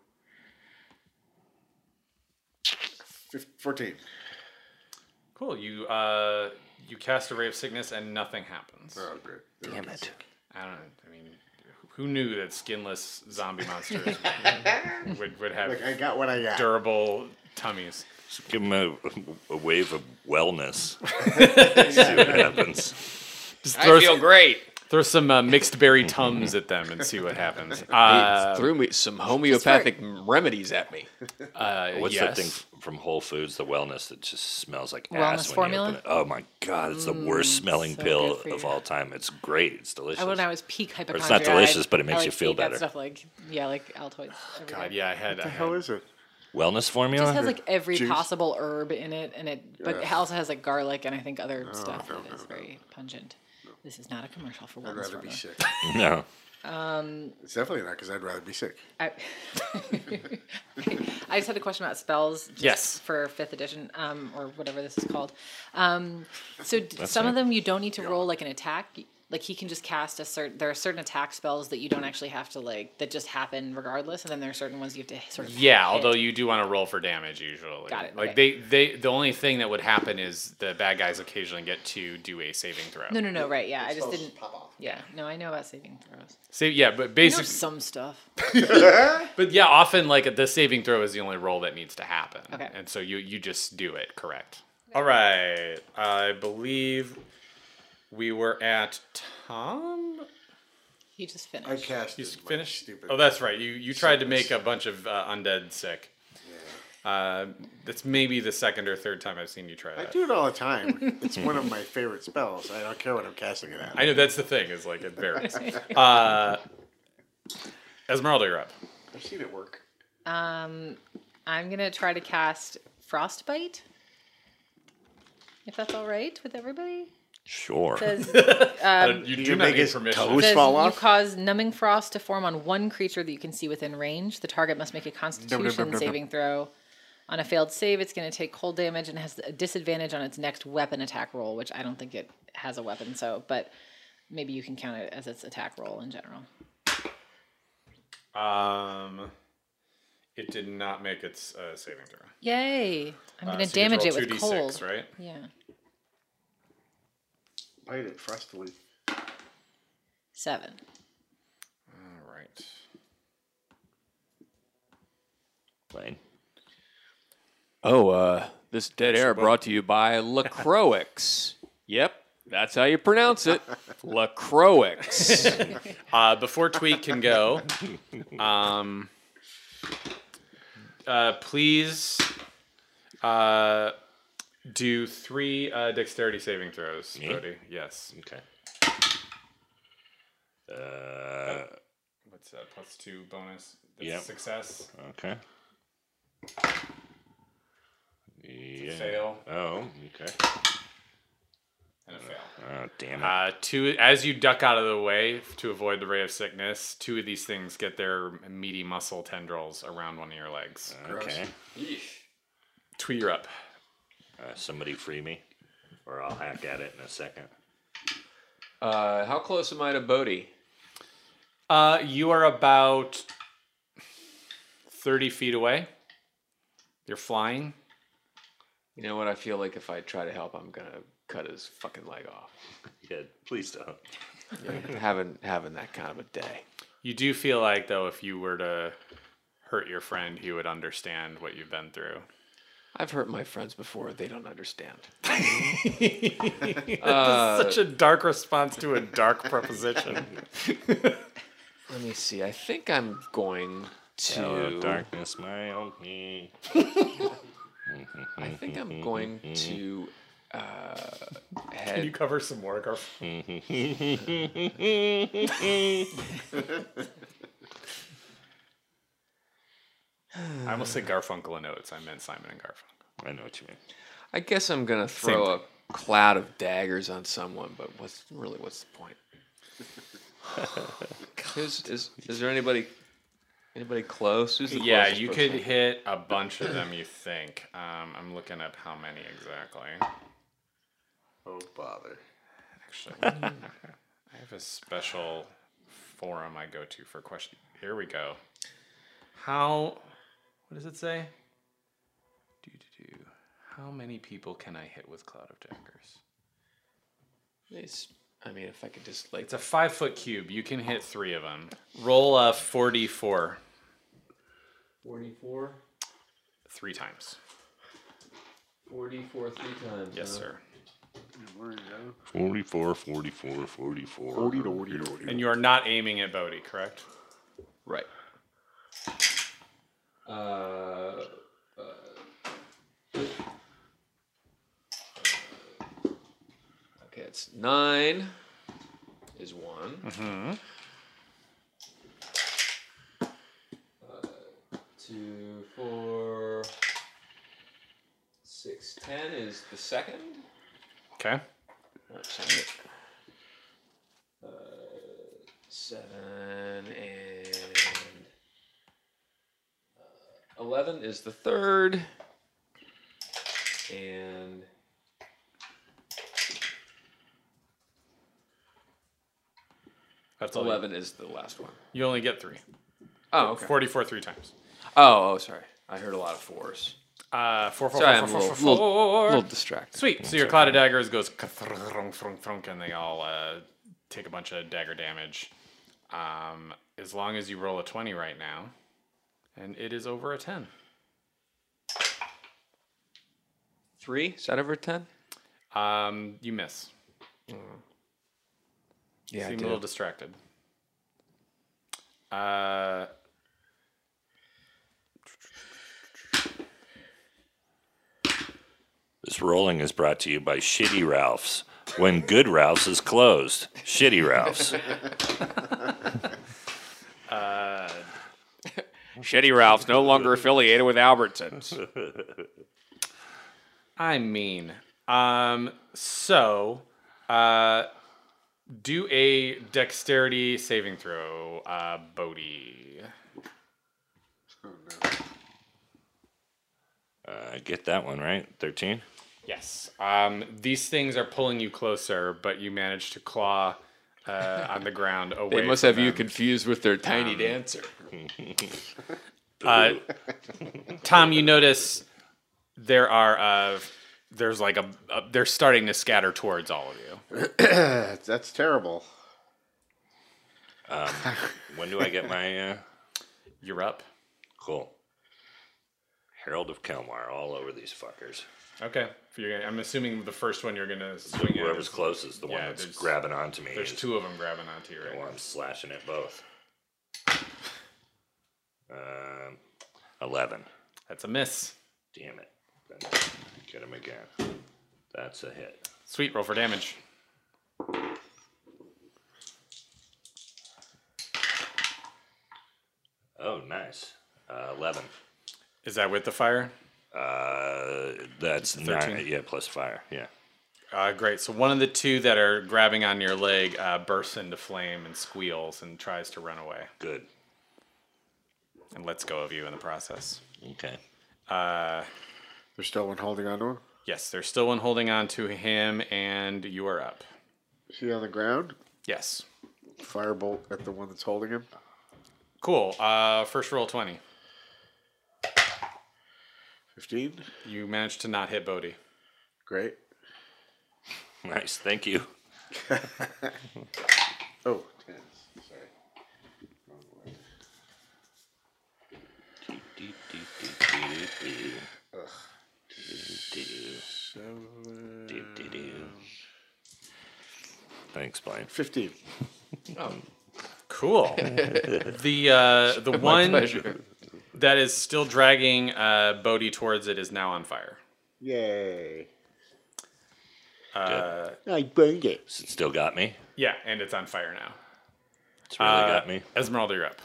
fif- Fourteen.
Cool. You uh, you cast a ray of sickness and nothing happens.
Oh, great.
Damn it.
I don't. I mean, who knew that skinless zombie monsters would would have
Look, I got what I got.
durable tummies?
Just give him a, a wave of wellness. See what happens.
Just
I
throw,
feel great.
throw some uh, mixed berry tums at them and see what happens. Uh,
threw me some homeopathic remedies at me.
uh,
What's that
yes.
thing f- from Whole Foods? The wellness that just smells like ass
Wellness
when
formula? Mm,
you open it. Oh my god, it's the worst smelling
so
pill
good for
of
you.
all time. It's great. It's delicious.
I, when I was peak hypochondria,
not delicious,
I,
but it makes
I,
you
like,
feel
peak at
better.
Stuff like yeah, like Altoids. every
God,
day.
yeah, I had. I
How
had
is it?
wellness
It
formula.
just has like every
Juice?
possible herb in it, and it but it also has like garlic and I think
Oh,
other stuff
no,
that
no,
is
no.
very pungent. This is not a commercial for
I'd
wellness
rather be
formula.
sick.
no,
It's definitely not because I'd rather be sick.
I, I just had a question about spells. just
Yes.
For fifth edition, um, or whatever this is called. Um, so d- some of
it.
them you don't need to roll like an attack. Like he can just cast a certain. There are certain attack spells that you don't actually have to like that just happen regardless, and then there are certain ones you have to sort of.
Yeah,
hit.
although you do want to roll for damage usually.
Got it,
Like
okay.
they, they, the only thing that would happen is the bad guys occasionally get to do a saving throw.
No, no, no. Right? Yeah, I just didn't. Pop off. Yeah. No, I know about saving throws.
So yeah, but
I know
basically,
some stuff.
but yeah, often like the saving throw is the only roll that needs to happen.
Okay.
And so you you just do it. Correct. All right. I believe we were at Tom.
You just finished.
I cast.
You
it, my
finished.
Stupid.
Oh, that's right. You you tried to make a bunch of uh, undead sick. Uh, that's maybe the second or third time I've seen you try
I
that.
do it all the time. It's one of my favorite spells. I don't care what I'm casting it at.
I know that's the thing is like it varies. uh, Esmeralda, you're up.
I've seen it work.
I'm gonna try to cast frostbite. If that's all right with everybody.
sure.
Does Um,
uh, you
you
do not
make
need
his
permission.
toes-
Says
fall
you
off?
cause numbing frost to form on one creature that you can see within range. The target must make a Constitution
dum, dum.
saving throw. On a failed save, it's going to take cold damage and has a disadvantage on its next weapon attack roll, which I don't think it has a weapon. So, but maybe you can count it as its attack roll in general.
Um, it did not make its uh, saving throw.
Yay! I'm
Uh,
going to
so you
damage
roll
it
2d6,
with cold.
right?
Yeah,
Bite it frostily.
seven.
All right.
Fine.
Oh, uh, this dead air brought to you by Lacroix. yep, that's how you pronounce it. Lacroix.
Uh, before Tweet can go, um, uh, please uh, do three uh, dexterity saving throws,
Me?
Brody. Yes.
Okay. Uh,
What's that? Plus two bonus. That's
Yep.
Success.
okay. Yeah.
Fail.
Oh, okay.
And a fail.
Oh, damn it.
Uh, two as you duck out of the way to avoid the ray of sickness, two of these things get their meaty muscle tendrils around one of your legs.
okay.
Tweet, you're up.
Uh, somebody free me, or I'll hack at it in a second.
Uh, how close am I to Bodhi?
Uh, you are about thirty feet away. You're flying.
You know what? I feel like if I try to help, I'm gonna cut his fucking leg off.
Yeah, please don't.
having having that kind of a day.
You do feel like though, if you were to hurt your friend, he would understand what you've been through.
I've hurt my friends before; they don't understand.
Such a dark response to a dark proposition.
Let me see. I think I'm going to.
Hello, darkness, my old me.
I think I'm going
Mm-hmm,
to uh, head.
cover some more, Garf? I almost said Garfunkel and Oates. I meant Simon and Garfunkel.
I know what you mean.
I guess I'm gonna throw a cloud of daggers on someone, but what's really what's the point? Who's, is is there anybody anybody close? Who's the
Yeah,
closest
you
person?
could hit a bunch of them. You think? Um, I'm looking up how many exactly.
Oh bother.
Actually, I have a special forum I go to for questions. Here we go. How? What does it say? Do do do. How many people can I hit with Cloud of Daggers?
It's- I mean, if I could just like
It's a five foot cube. You can hit three of them. Roll a 44
44,
three times.
44 three times.
Yes, sir.
44, 44, 44. 40 to 40 to 40.
And you are not aiming at Bodhi, correct?
Right. Uh, uh, okay, it's nine is one.
Mm-hmm.
Uh, two, four, ten is the second.
Okay.
Oh, sorry. Uh, seven and uh, eleven is the third, and
That's all you-
eleven is the last one.
You only get three.
Oh, okay.
Forty-four three times.
Oh, oh, sorry. I heard a lot of fours.
Uh, four, four,
Sorry, I'm
four,
a
four,
little,
four,
little,
four.
little distracted.
Sweet. So your cloud of daggers goes kathrunk, thrunk, thrunk, and they all uh, take a bunch of dagger damage. Um, as long as you roll a twenty right now, and it is over a ten.
Three? Is that over ten?
Um, you miss.
Yeah,
Seem a little distracted. Uh,
This rolling is brought to you by Shitty Ralph's. When Good Ralph's is closed, Shitty Ralph's.
Shitty Ralph's no longer affiliated with Albertsons.
I mean, um, so uh, do a dexterity saving throw, uh, Bodhi.
Uh, get that one right. Thirteen.
Yes. Um, these things are pulling you closer, but you manage to claw uh, on the ground away.
They must
from
have you
them.
confused with their tiny dancer.
Um, Uh, Tom, you notice there are uh, there's like a, a they're starting to scatter towards all of you.
That's, that's terrible.
When do I get my? Uh...
You're up.
Cool. Herald of Kelmar, all over these fuckers.
Okay. If you're gonna, I'm assuming the first one you're gonna swing at.
Whoever's
Is,
closest, is the one
yeah,
that's
there's-
grabbing onto me.
there's
is
two of them grabbing onto you right
the
now.
one I'm slashing at both. Um, eleven.
That's a miss.
Damn it. Then Get him again. That's a hit.
Sweet. Roll for damage.
Oh, nice. Uh, Eleven.
Is that with the fire?
Uh, that's nine.
13.
Yeah, plus fire. Yeah.
Uh, great. So one of the two that are grabbing on your leg uh, bursts into flame and squeals and tries to run away
Good.
and lets go of you in the process.
Okay.
There's still one holding on to him.
Yes, there's still one holding on to him, and you are up.
Is he on the ground?
Yes.
Firebolt at the one that's holding him.
Cool. Uh, first roll 20.
15.
You managed to not hit Bodhi.
Great.
Nice. Thank you.
Oh, 10. Sorry.
Thanks, Blaine.
15.
oh,
Cool. the uh, the one that is still dragging uh, Bodhi towards it is now on fire.
Yay.
Uh,
I burned it.
S- Still got me.
yeah, and it's on fire now.
It's really
Uh,
got me.
Esmeralda, you're up.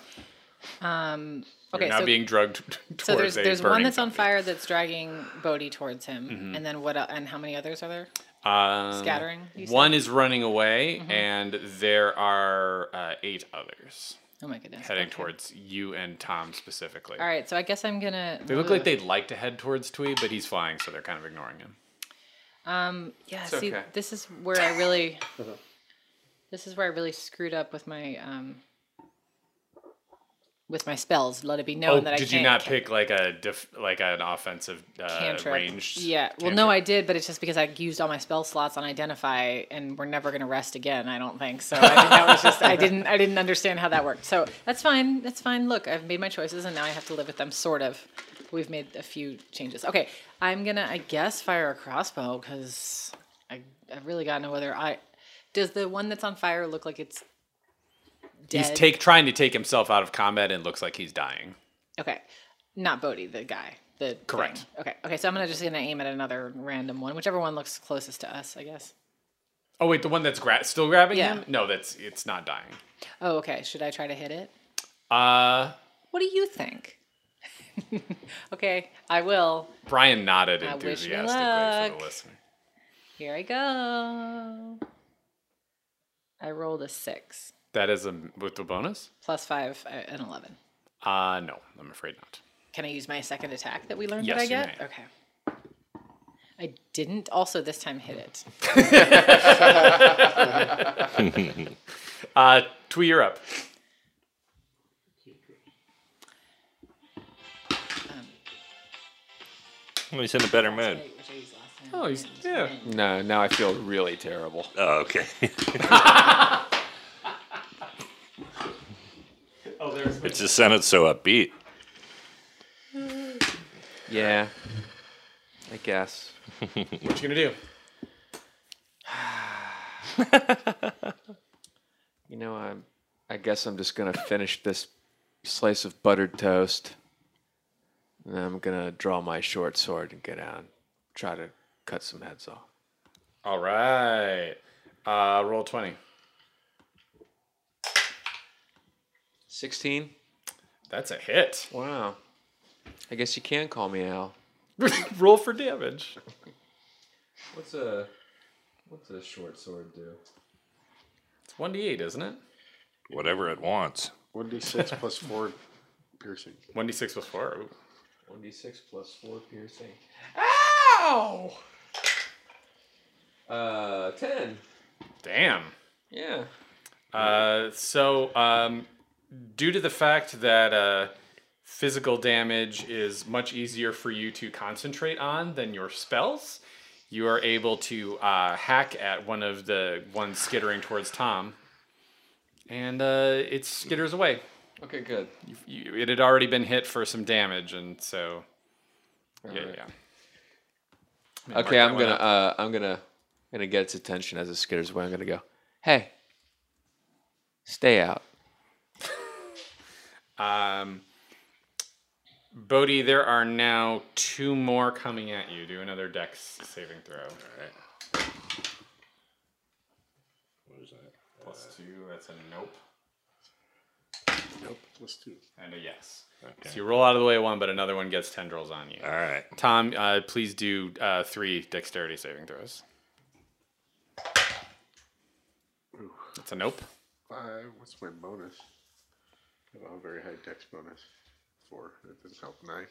Um,
You're
okay,
now
so,
being drugged towards
so there's
a
there's one
burning Mm-hmm.
that's on
building.
fire that's dragging Bodhi towards him, and then what? el- And how many others are there?
Um,
Scattering, you said? Mm-hmm.
One is running away, and there are uh, eight others
Oh my goodness.
heading
okay.
towards you and Tom specifically.
All right, so I guess I'm gonna.
They look
Uh-huh.
like they'd like to head towards Twee, but he's flying, so they're kind of ignoring him.
Um, yeah. see,
okay.
this is where I really. this is where I really screwed up with my um. With my spells, let it be known
Oh,
that I
did
can't.
you not pick like a def- like an offensive uh,
cantrip.
ranged?
Yeah. Well, no, I did, but it's just because I used all my spell slots on identify, and we're never going to rest again. I don't think so. I think that was just I didn't I didn't understand how that worked. So that's fine. That's fine. Look, I've made my choices, and now I have to live with them. Sort of. We've made a few changes. Okay, I'm gonna I guess fire a crossbow because I I really got to know whether I does the one that's on fire look like it's dead.
he's take trying to take himself out of combat and looks like he's dying.
Okay. Not Bodhi, the guy. The
Correct.
thing. Okay. Okay, so I'm gonna just gonna aim at another random one, whichever one looks closest to us, I guess.
Oh wait, the one that's gra- still grabbing
Yeah.
him? No, that's it's not dying.
Oh, okay. Should I try to hit it?
Uh,
What do you think? Okay, I will.
Brian nodded
I wish me
enthusiastically for
luck.
the listener.
Here I go. I rolled a six
That is a with the bonus?
plus five, uh, an eleven.
Uh no, I'm afraid not.
Can I use my second attack that we learned
Yes,
that I
you
get?
may.
Okay. I didn't also this time hit it.
Uh Twee, you're up.
He's in a better mood.
Oh, he's yeah.
No, now I feel really terrible.
Oh, okay.
Oh, there's
it just sounded so upbeat.
Yeah, I guess.
what you gonna do?
You know, I'm. I guess I'm just gonna finish this slice of buttered toast, and I'm gonna draw my short sword and get out, and try to cut some heads off.
All right. Uh roll twenty.
Sixteen.
That's a hit.
Wow. I guess you can call me Al.
roll for damage.
What's a What's a short sword do?
It's one D eight, isn't it?
Whatever it wants.
One d six plus four piercing.
One D six plus four. Ooh.
One d six plus four piercing.
Ow!
Uh, ten.
Damn.
Yeah.
Uh, so, um, due to the fact that uh, physical damage is much easier for you to concentrate on than your spells, you are able to uh, hack at one of the ones skittering towards Tom, and uh, it skitters away.
Okay, good.
You, it had already been hit for some damage, and so yeah, yeah.
Okay, I'm gonna uh, I'm gonna gonna get its attention as it skitters away. I'm gonna go, hey, stay out.
Um, Bodhi, there are now two more coming at you. Do another dex saving throw. All right. What is that? Uh, Plus two. That's a nope
Nope, plus two.
and a yes.
Okay.
So you roll out of the way one, but another one gets tendrils on you.
All right.
Tom, uh, please do uh, three dexterity saving throws. That's a nope.
Five. What's my bonus? I have a very high dex bonus. Four. That doesn't help. Nine.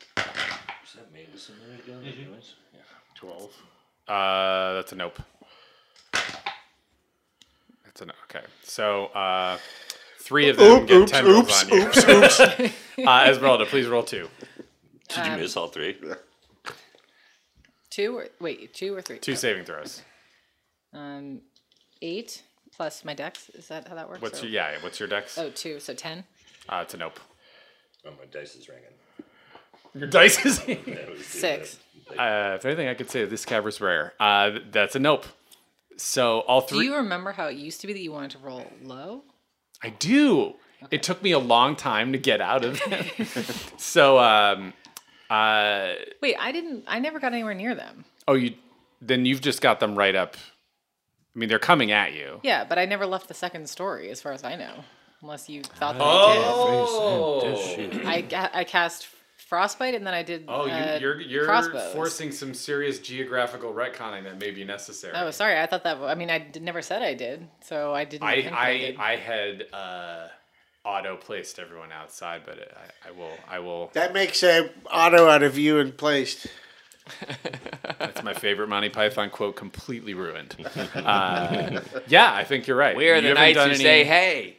Twelve.
Uh, that's a nope. That's a no. Okay. So uh, three of them get ten rolls on you. Oops, oops, uh, Esmeralda, please roll two.
Did you miss all three?
Two or wait, two or three.
Two saving throws.
Um, eight plus my dex. Is that how that works?
What's
or-
your yeah? What's your dex? Uh,
Oh, two. So ten.
it's a nope.
Oh, my dice is ringing.
Your dice is.
Six.
uh, if anything, I could say this cab is rare. Uh, th- that's a nope. So all
Do
three.
you remember how it used to be that you wanted to roll low?
I do. It took me a long time to get out of it. so um, uh,
Wait, I didn't. I never got anywhere near them.
oh you, then you've just got them right up. I mean, they're coming at you.
Yeah, but I never left the second story, as far as I know, unless you thought that
Oh.
I did. I, I cast frostbite and then I did.
Oh, you,
uh,
you're you're
crossbows.
forcing some serious geographical retconning that may be necessary.
Oh, sorry. I thought that. I mean, I did, never said I did, so I didn't. think that I,
I
did.
I I had uh, auto placed everyone outside, but I, I will I will.
That makes a auto out of you and placed.
That's my favorite Monty Python quote, completely ruined. Uh, yeah, I think you're right.
We are
You
the
haven't
knights
done
who
any-
say, hey.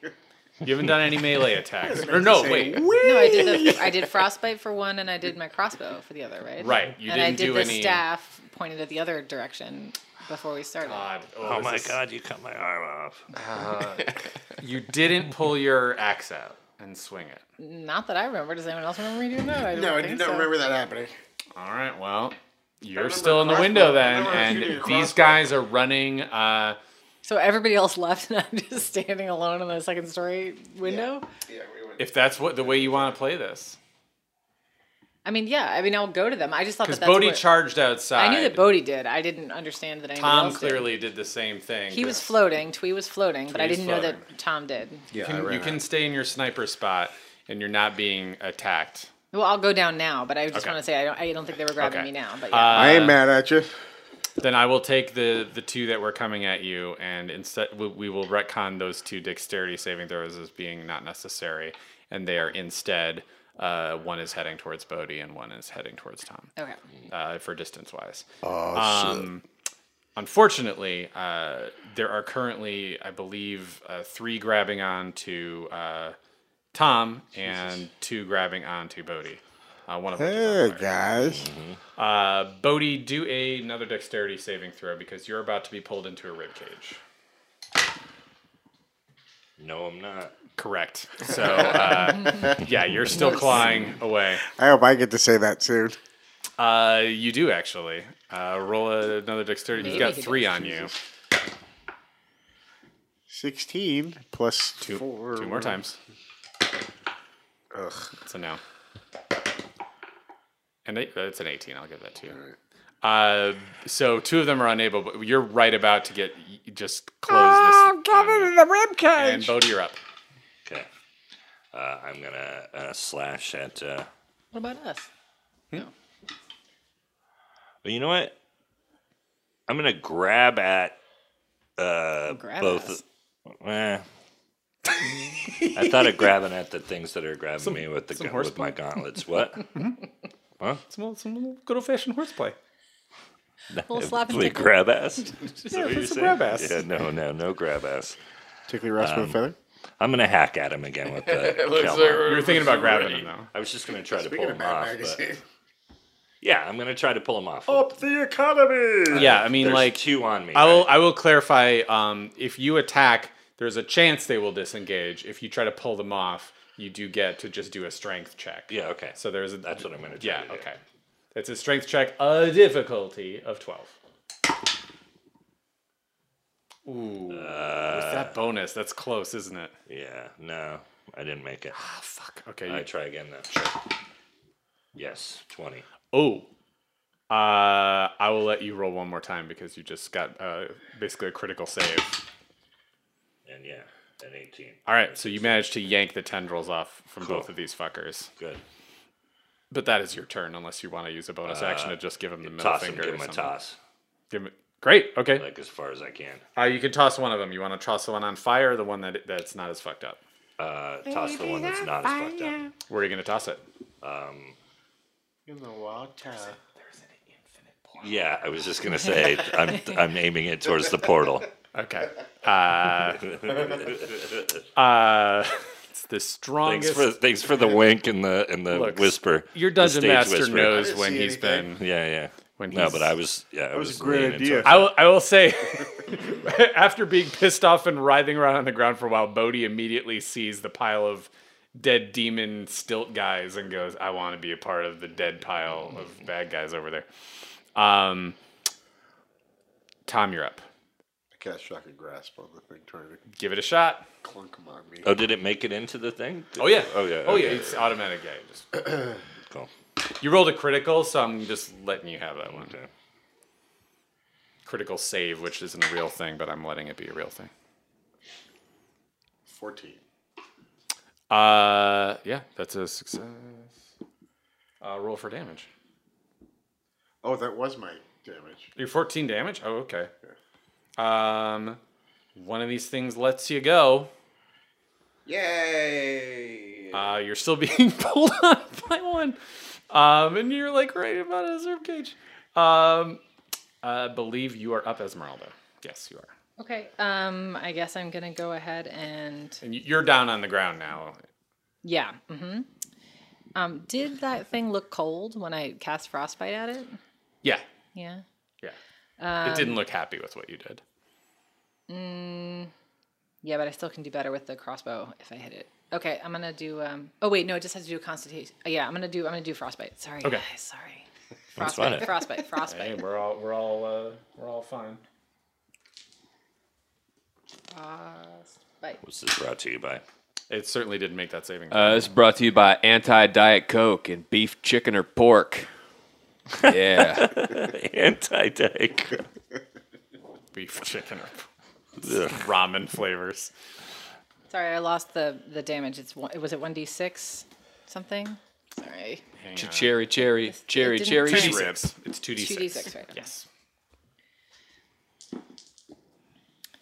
You haven't done any melee attacks. or no,
say,
wait.
no, I did. The, I did frostbite for one, and I did my crossbow for the other. Right.
Right, you
and I
didn't
did
do
the
any-
staff pointed at the other direction before we started.
God,
Oh
this
my
is-
god, you cut my arm off.
You didn't pull your axe out and swing it.
Not that I remember. Does anyone else remember me doing that? I don't
No, I
think
did not
so.
remember that happening.
All right, well, you're
remember
still in the
crossbow-
window
I
then,
remember shooting a
and these
crossbow.
guys are running. Uh,
So everybody else left, and I'm just standing alone in the second story window.
Yeah, we went.
if that's what the way you want to play this,
I mean, yeah. I mean, I'll go to them. I just thought
because
that that's
Bodhi
what-
charged outside.
I knew that Bodhi did. I didn't understand that anyone
Tom
else did.
clearly did the same thing.
He was
Just-
floating. Twee was floating, but I
Twee's
didn't know that Tom did.
You can, you can stay in your sniper spot, and you're not being attacked
Well, I'll go down now, but I just want to say I don't. I don't think they were grabbing
Okay.
me now. But yeah,
uh,
I ain't mad at you.
Then I will take the the two that were coming at you, and instead we, we will retcon those two dexterity saving throws as being not necessary, and they are instead uh, one is heading towards Bodhi and one is heading towards Tom
okay.
uh, for distance wise.
Oh,
um, Unfortunately, uh, there are currently, I believe, uh, three grabbing on to uh, Tom and two grabbing on to Bodhi. Uh, one of them.
Hey guys,
Uh, Bodhi, do a, another dexterity saving throw because you're about to be pulled into a rib cage.
No, I'm not.
Correct. So, uh, yeah, you're still clawing away.
I hope I get to say that soon.
Uh, you do actually uh, roll a, another dexterity. You've got three on you.
Sixteen plus
Two,
four.
two more times.
Ugh.
So now, and it, it's an 18. I'll give that to you. Uh, so two of them are unable, but you're right about to get you just close this.
got it Ah, in the rib
And Bodhi, you're up.
Okay. Uh, I'm gonna uh, slash at. Uh,
What about us?
well, you know what? I'm gonna grab at uh,
Grab us.
both. Eh. I thought of grabbing at the things that are grabbing me with the gun,
horse
with my gauntlets. What?
Some, some good old fashioned horseplay.
Little slap and
Please
tickle.
grab ass. Is that what
put
you're
some
saying?
grab ass.
Yeah, no, no, no grab ass.
Tickly rasp
Um,
and feather.
I'm gonna hack at him again with the. shell mount.
You were thinking about grabbing him though.
I was just gonna try to
Speaking
pull
of
him
Mad
off. But
Magazine,
yeah, I'm gonna try to pull him off.
up the economy.
Yeah, Oh, I mean,
There's
like
two on me.
I will.
right?
I will clarify. Um, if you attack, there's a chance they will disengage. If you try to pull them off, you do get to just do a strength check.
Yeah. Okay.
So there's a.
that's what I'm gonna. Try
yeah.
to do.
Okay. It's a strength check, a difficulty of twelve. Ooh, with that bonus, that's close, isn't it?
Uh. Yeah, no, I didn't make it.
Ah, fuck. Okay. you-
I try again then. Yes, 20.
oh. Uh, I will let you roll one more time because you just got uh, basically a critical save.
And yeah, and 18.
All right, so you managed to yank the tendrils off from
Cool.
both of these fuckers.
Good.
But that is your turn, unless you want to use a bonus action to just give him the middle
Toss him,
finger.
Uh, give
or
him a
something.
toss,
Give him- Great. Okay.
like as far as I can.
uh, you can toss one of them. You want to toss the one on fire, or the one that that's not as fucked up.
Uh, toss the one that's not as fucked up.
Where are you going to toss it?
In the water.
Yeah, I was just going to say, I'm, I'm aiming it towards the portal.
Okay. Uh, uh, it's the
Thanks
strongest.
for, thanks for the wink and the, and the
Looks-
whisper.
your
the
dungeon
stage
master
whisper.
knows
didn't
when
see
he's
anything.
been.
Yeah, yeah.
When
no,
he's-
but I was, yeah, I
was
was,
a great
leaning
idea.
towards-
I will, I will say, after being pissed off and writhing around on the ground for a while, Bodhi immediately sees the pile of dead demon stilt guys and goes, I want to be a part of the dead pile of bad guys over there. Um, Tom, you're up.
I cast shocking grasp on the thing, trying to
Give it a shot.
clunk him on me.
Oh, did it make it into the thing?
Oh, yeah.
Oh, yeah.
Oh, yeah.
okay,
It's automatic. Yeah. you Just,
Cool.
you rolled a critical, so I'm just letting you have that one.
Okay.
Critical save, which isn't a real thing, but I'm letting it be a real thing.
Fourteen.
Uh, yeah, that's a success. Uh, roll for damage.
Oh, that was my damage.
You're 14 damage. Oh, okay. Um, one of these things lets you go.
Yay!
Uh, you're still being pulled on by one. Um, and you're like right about a reserve cage. Um, I believe you are up, Esmeralda. Yes, you are.
Okay. Um, I guess I'm gonna go ahead and
And y- you're down on the ground now.
yeah. Mm-hmm. Um, did that thing look cold when I cast frostbite at it?
Yeah,
Yeah.
yeah. it didn't look happy with what you did.
Yeah, but I still can do better with the crossbow if I hit it. Okay, I'm gonna do. Um, oh wait, no, it just has to do a constitution. Yeah, I'm gonna do. I'm gonna do frostbite. Sorry,
Okay.
guys. Sorry. Frostbite. Frostbite. Frostbite.
we're all we're all uh, we're all fine.
Frostbite.
This is brought to you by.
It certainly didn't make that saving.
Uh, this is brought to you by Anti Diet Coke and beef, chicken, or pork. Yeah.
Anti-take.
beef, chicken, or ramen flavors.
Sorry, I lost the the damage. It's one, was it one d six something? Sorry.
Cherry, cherry, cherry,
didn't
cherry.
turn.
shrimp.
It's 2d6.
2d6, right?
Yes.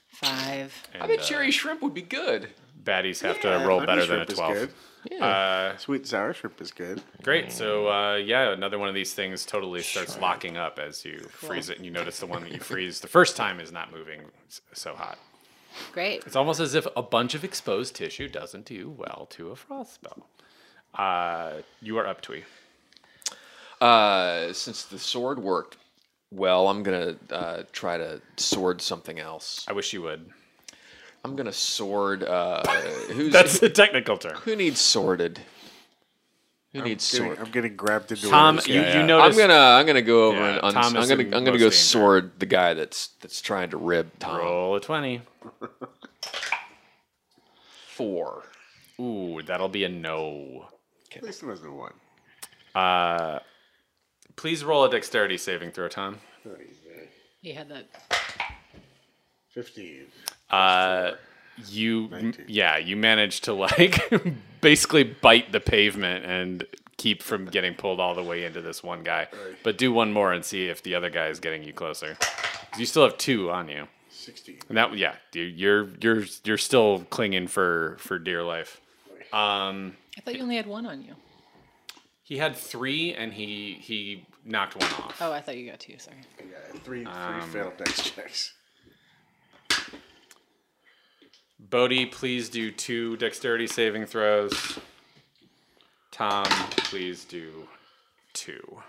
Five.
And,
I bet
uh,
cherry shrimp would be good.
Baddies have
Yeah,
to roll
Uh, honey
better than a
shrimp is
12.
good.
Uh,
Sweet and sour shrimp is good.
great. So, uh, yeah, another one of these things totally starts locking up as you freeze it, and you notice the one that you freeze the first time is not moving s- so hot.
Great.
It's almost as if a bunch of exposed tissue doesn't do well to a frost spell. Uh, you are up, Twee.
Uh, since the sword worked well, I'm gonna uh, try to sword something else.
I wish you would.
I'm gonna sword. Uh, who's
That's the technical term.
who needs sorted? Who needs
Getting-
sword?
I'm getting grabbed into
Tom,
it.
you,
Yeah.
you notice.
I'm gonna I'm gonna go over
Yeah,
and uns-
Tom
I'm
is
gonna
in
I'm gonna
most
go
danger.
sword the guy that's that's trying to rib Tom.
roll a 20.
Four.
Ooh, that'll be a no.
At least it wasn't one.
Please roll a dexterity saving throw, Tom.
You had that.
Fifteen.
Uh, you, yeah, you managed to like basically bite the pavement and keep from getting pulled all the way into this one guy. But do one more and see if the other guy is getting you closer. 'Cause You still have two on you.
Sixteen.
And that yeah, you- you're you're you're still clinging for for dear life. Um,
I thought you only had one on you.
he had three, and he he knocked one off.
Oh, I thought you got two. Sorry.
Yeah, three, three failed dex checks.
Bodhi, please do two dexterity saving throws. Tom, please do two.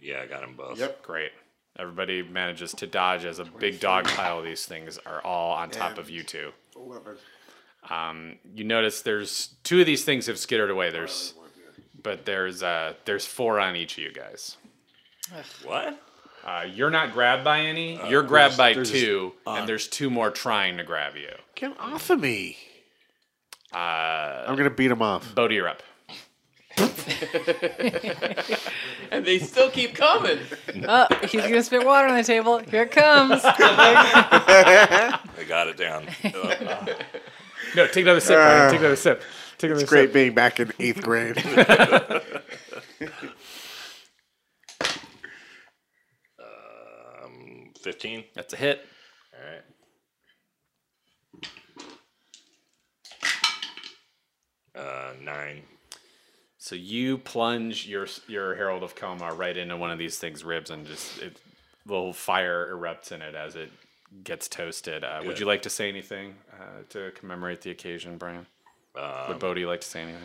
Yeah, I got them both.
Yep.
Great. Everybody manages to dodge as a big dog pile of these things are all on top of you two.
Eleven.
You notice there's two of these things have skittered away. There's
Oh,
but there's uh there's four on each of you guys.
What?
Uh, you're not grabbed by any. you're grabbed by
Uh, there's uh,
two, and there's two more trying to grab you.
Get off of me. Uh, I'm gonna beat him off.
Bodhi, you're up.
And they still keep coming.
Oh, he's gonna spit water on the table. Here it comes.
I got it down. Uh,
No, take another sip. Brian. Take another sip. Take another
Ah. Great
sip.
being back in eighth grade. Uh,
Fifteen.
That's a hit.
All right. Uh, nine.
So you plunge your your Herald of Koma right into one of these things' ribs, and just it, little fire erupts in it as it gets toasted. Uh, would
Good.
you like to say anything uh, to commemorate the occasion, Brian? would Bodhi like to say anything?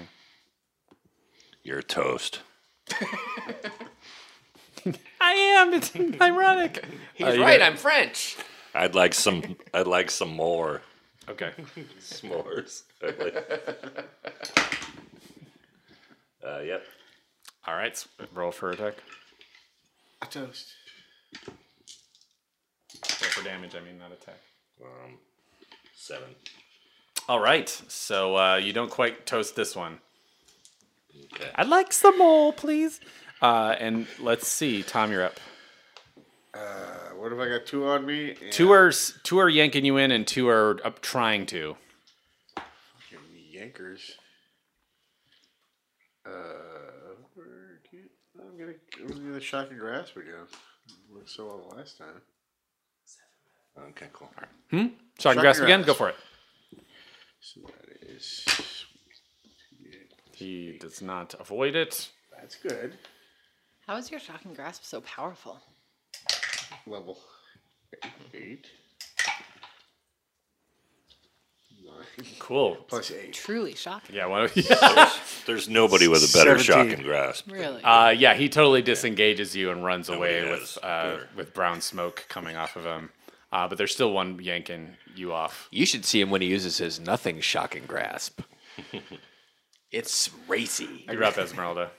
Uh, You're toast.
I am. It's ironic.
He's right. I'm French.
I'd like some. I'd like some more
Okay.
s'mores. I'd like- uh, yep.
All right. s- Roll for attack.
A toast.
Roll for damage. I mean, not attack.
Um, seven.
All right. So uh, you don't quite toast this one.
Okay.
I'd like some more, please. Uh, and let's see, Tom, you're up.
Uh, what if I got two on me? And
Two are s- two are yanking you in, and two are up trying to.
fucking Yankers. Uh, where can- I'm gonna I'm gonna do the shock and grasp again. Worked so well the last time.
Okay. Cool.
Shock
Shock
and grasp
your
again.
ass.
Go for it.
So that is
He does not avoid it.
that's good.
How is your shocking grasp so powerful?
Level eight. Nine
Cool.
plus eight.
Truly shocking.
Yeah. One,
There's nobody with a better shock
Seventeen.
and grasp.
Really.
uh, yeah. He totally disengages you and runs away
Nobody
with
has
uh,
better.
with brown smoke coming off of him. Uh, but there's still one yanking you off.
You should see him when he uses his nothing shocking grasp. it's racy.
You're up, Esmeralda.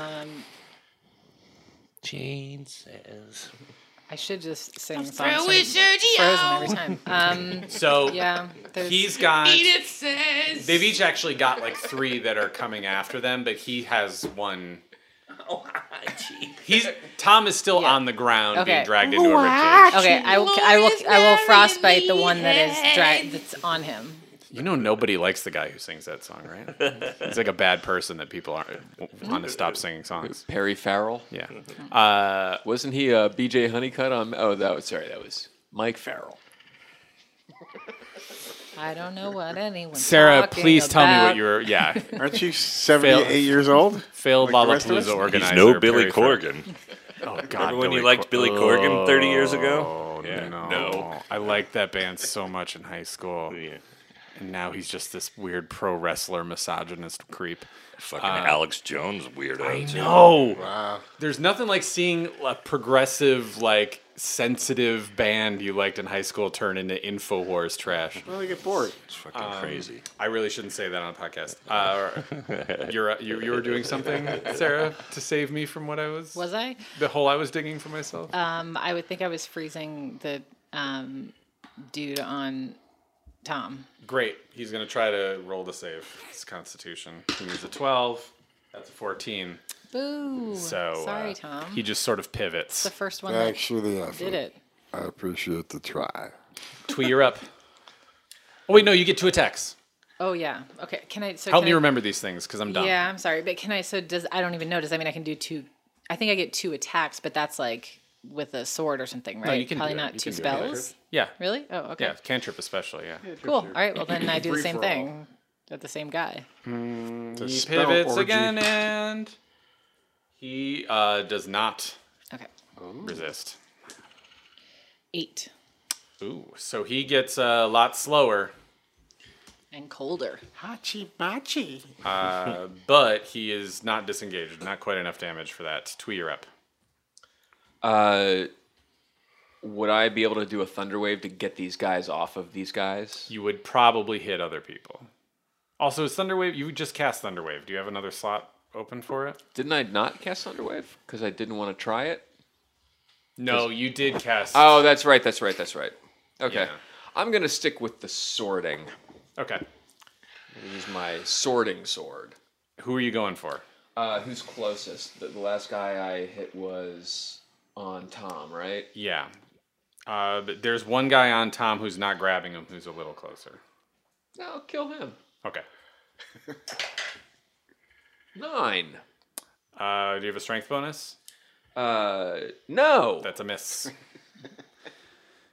Um,
Jane says.
I should just sing songs from Frozen every time. Um,
So
yeah. There's,
he's got. They've each actually got like three that are coming after them, but he has one. He's Tom is still on the ground being
Okay.
dragged into a ribcage.
okay. I will. I will. I will frostbite the one that is dra- that's on him.
You know, nobody likes the guy who sings that song, right? He's like a bad person that people aren't want to stop singing songs.
Perry Farrell.
Yeah.
Wasn't he uh, B.J. Honeycutt on? Oh, that was sorry. That was Mike Farrell.
I don't know what anyone.
Sarah, please tell me what you're. Yeah.
Aren't you 78 years old?
Failed
Like the rest of us?
Lollapalooza organizer.
He's no Billy
Perry Farrell.
Corgan.
Oh, God.
Remember when
Billy
you liked
Cor-
Billy Corgan 30 years
Oh,
ago?
no.
No.
I liked that band so much in high school.
Yeah.
And now he's just this weird pro wrestler misogynist creep.
Fucking Alex Jones weirdo. too. Oh!
No. There's nothing like seeing a progressive, like sensitive band you liked in high school turn into Infowars trash.
Well, they get bored.
It's fucking
Um,
crazy.
I really shouldn't say that on a podcast. Uh, you're you, you were doing something, Sarah, to save me from what I was,
Was I?
the hole I was digging for myself.
Um, I would think I was freezing the um, dude on Tom.
Great. He's gonna try to roll to save his Constitution. He needs a twelve. That's a fourteen.
Boo.
So
sorry,
uh,
Tom.
He just sort of pivots.
the first one that
Thanks for the effort.
did it.
I appreciate the try.
Twee, you're up. Oh wait, no, you get two attacks.
Oh yeah. Okay. Can I? So
Help
can
me
I-
remember these things because I'm dumb.
Yeah, I'm sorry, but can I? So does I don't even know. Does that mean I can do two? I think I get two attacks, but that's like with a sword or something, right?
you can
Probably
do it.
not
You
two
can do it.
spells.
Yeah.
Really? Oh, okay.
Yeah, cantrip especially, yeah.
Cool. All right. Well, then I do the
Free
same
for all.
thing with the same guy.
He
spell
pivots
orgy.
again and he uh, does not
Okay.
resist.
Eight
Ooh, so he gets a lot slower,
and colder.
Hachi machi.
but he is not disengaged. Not quite enough damage for that. Twee, you're up.
Uh, would I be able to do a thunder wave to get these guys off of these guys?
You would probably hit other people. Also, is Thunderwave, you just cast Thunderwave. Do you have another slot open for it?
Didn't I not cast thunder wave because I didn't want to try it?
No, you did cast.
Oh, that's right. That's right. That's right. Okay.
Yeah.
I'm gonna stick with the sorting.
okay.
I'm gonna Use my sorting sword.
Who are you going for?
Uh, who's closest? The, the last guy I hit was on Tom, right?
Yeah. Uh, but there's one guy on Tom who's not grabbing him, who's a little closer.
No, kill him.
Okay.
Nine.
Uh, do you have a strength bonus?
Uh, no.
That's a miss.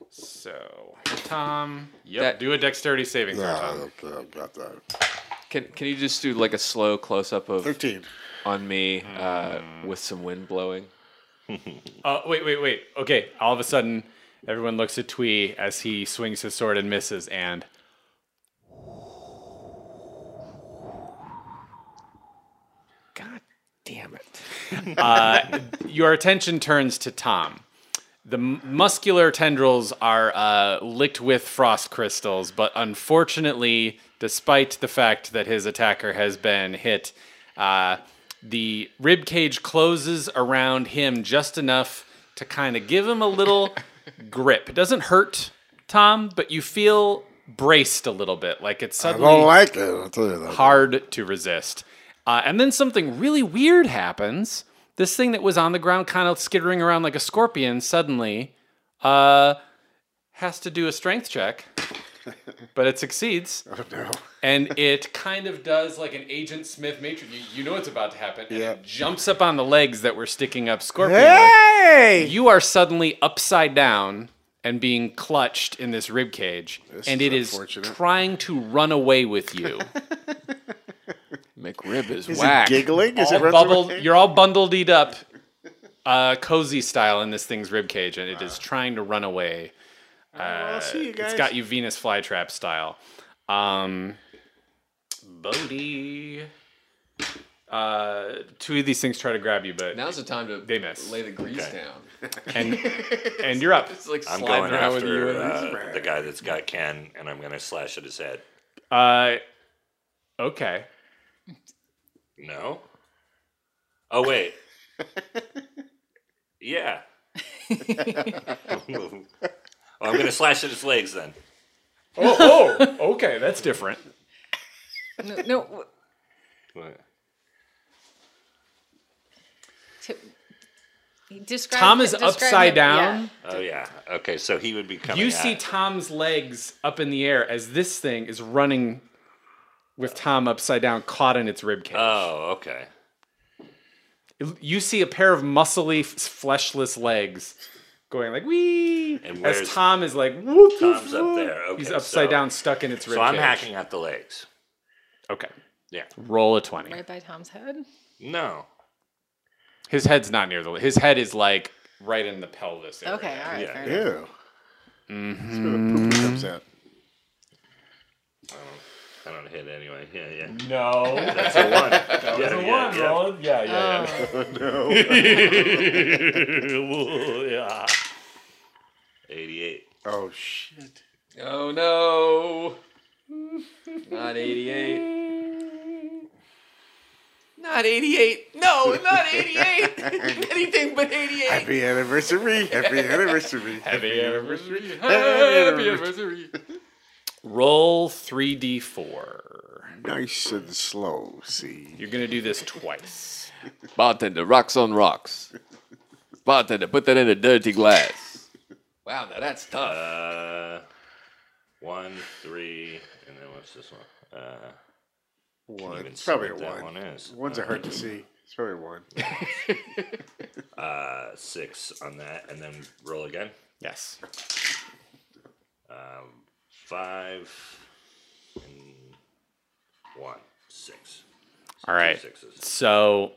so, Tom, yep.
That-
do a dexterity saving throw, Tom.
Yeah, okay, I got that.
Can Can you just do like a slow close up of
13.
on me uh, with some wind blowing?
Uh, wait, wait, wait. Okay, all of a sudden, everyone looks at Twee as he swings his sword and misses, and
God damn it!
your attention turns to Tom. The m- muscular tendrils are uh, licked with frost crystals, but unfortunately, despite the fact that his attacker has been hit, uh, the rib cage closes around him just enough to kind of give him a little grip. It doesn't hurt Tom, but you feel braced a little bit, like it's
I
suddenly
don't like it, I'll tell you that.
hard to resist. Uh, and then something really weird happens. This thing that was on the ground, kind of skittering around like a scorpion, suddenly uh, has to do a strength check, but it succeeds.
No.
And it kind of does like an Agent Smith matrix. You, you know what's about to happen. And
Yeah.
it jumps up on the legs that were sticking up scorpion.
Hey!
You are suddenly upside down and being clutched in this rib cage, and
is
it is
unfortunate.
trying to run away with you.
McRib is,
Is it
whack.
giggling? Is
all
it runs
bubbled.
away?
You're all bundled up, uh, cozy style in this thing's rib cage, and it is trying to run away.
I'll see you guys.
It's got you Venus flytrap style. Um, Bodhi. Uh, two of these things try to grab you, but
Now's the time to
They miss.
lay the grease down.
and and you're up.
It's like
I'm
sliding
going
around with you.
after uh, the guy that's got Ken, and I'm going to slash at his head.
Uh, okay.
No? Oh, wait. yeah. oh, I'm going to slash at his legs then.
Oh, oh, okay, that's different.
No, no w-
What?
t- Describe,
Tom is
describe
upside
him-
down.
yeah.
Oh yeah. Okay, so he would be coming.
You see
out.
Tom's legs up in the air as this thing is running with Tom upside down, caught in its rib cage.
oh, okay.
you see a pair of muscly, f- fleshless legs going like wee,
And
as
where's-
Tom is like whoop, whoop,
Tom's up
whoop.
there. Okay,
He's upside
so-
down, stuck in its rib
So I'm
cage.
hacking at the legs.
Okay,
Yeah.
roll a twenty.
Right by Tom's head.
No.
His head's not near the. His head is like right in the pelvis. area.
Okay, all right,
Yeah.
fair enough.
Ew. That's where the poop comes out.
I don't hit anyway. Yeah, yeah.
No.
That's a one. that was
Come on, Roland. Yeah, yeah,
Oh.
yeah.
yeah. 88.
Oh shit.
Oh no. Not 88. Not 88. No, not 88. Anything but 88.
Happy anniversary. Happy anniversary.
Happy
anniversary.
Happy
anniversary.
Roll three d four.
nice and slow. See.
You're gonna do this twice.
Bartender, rocks on rocks. Bartender, put that in a dirty glass. Wow, now that's tough.
Uh, one, three, and then what's this one? Uh,
One.
even
It's
see
probably a
what that
one.
one is.
One's a hard to see. It's probably a one.
uh, six on that, and then roll again.
Yes.
Five and one, six.
All right.
Sixes.
So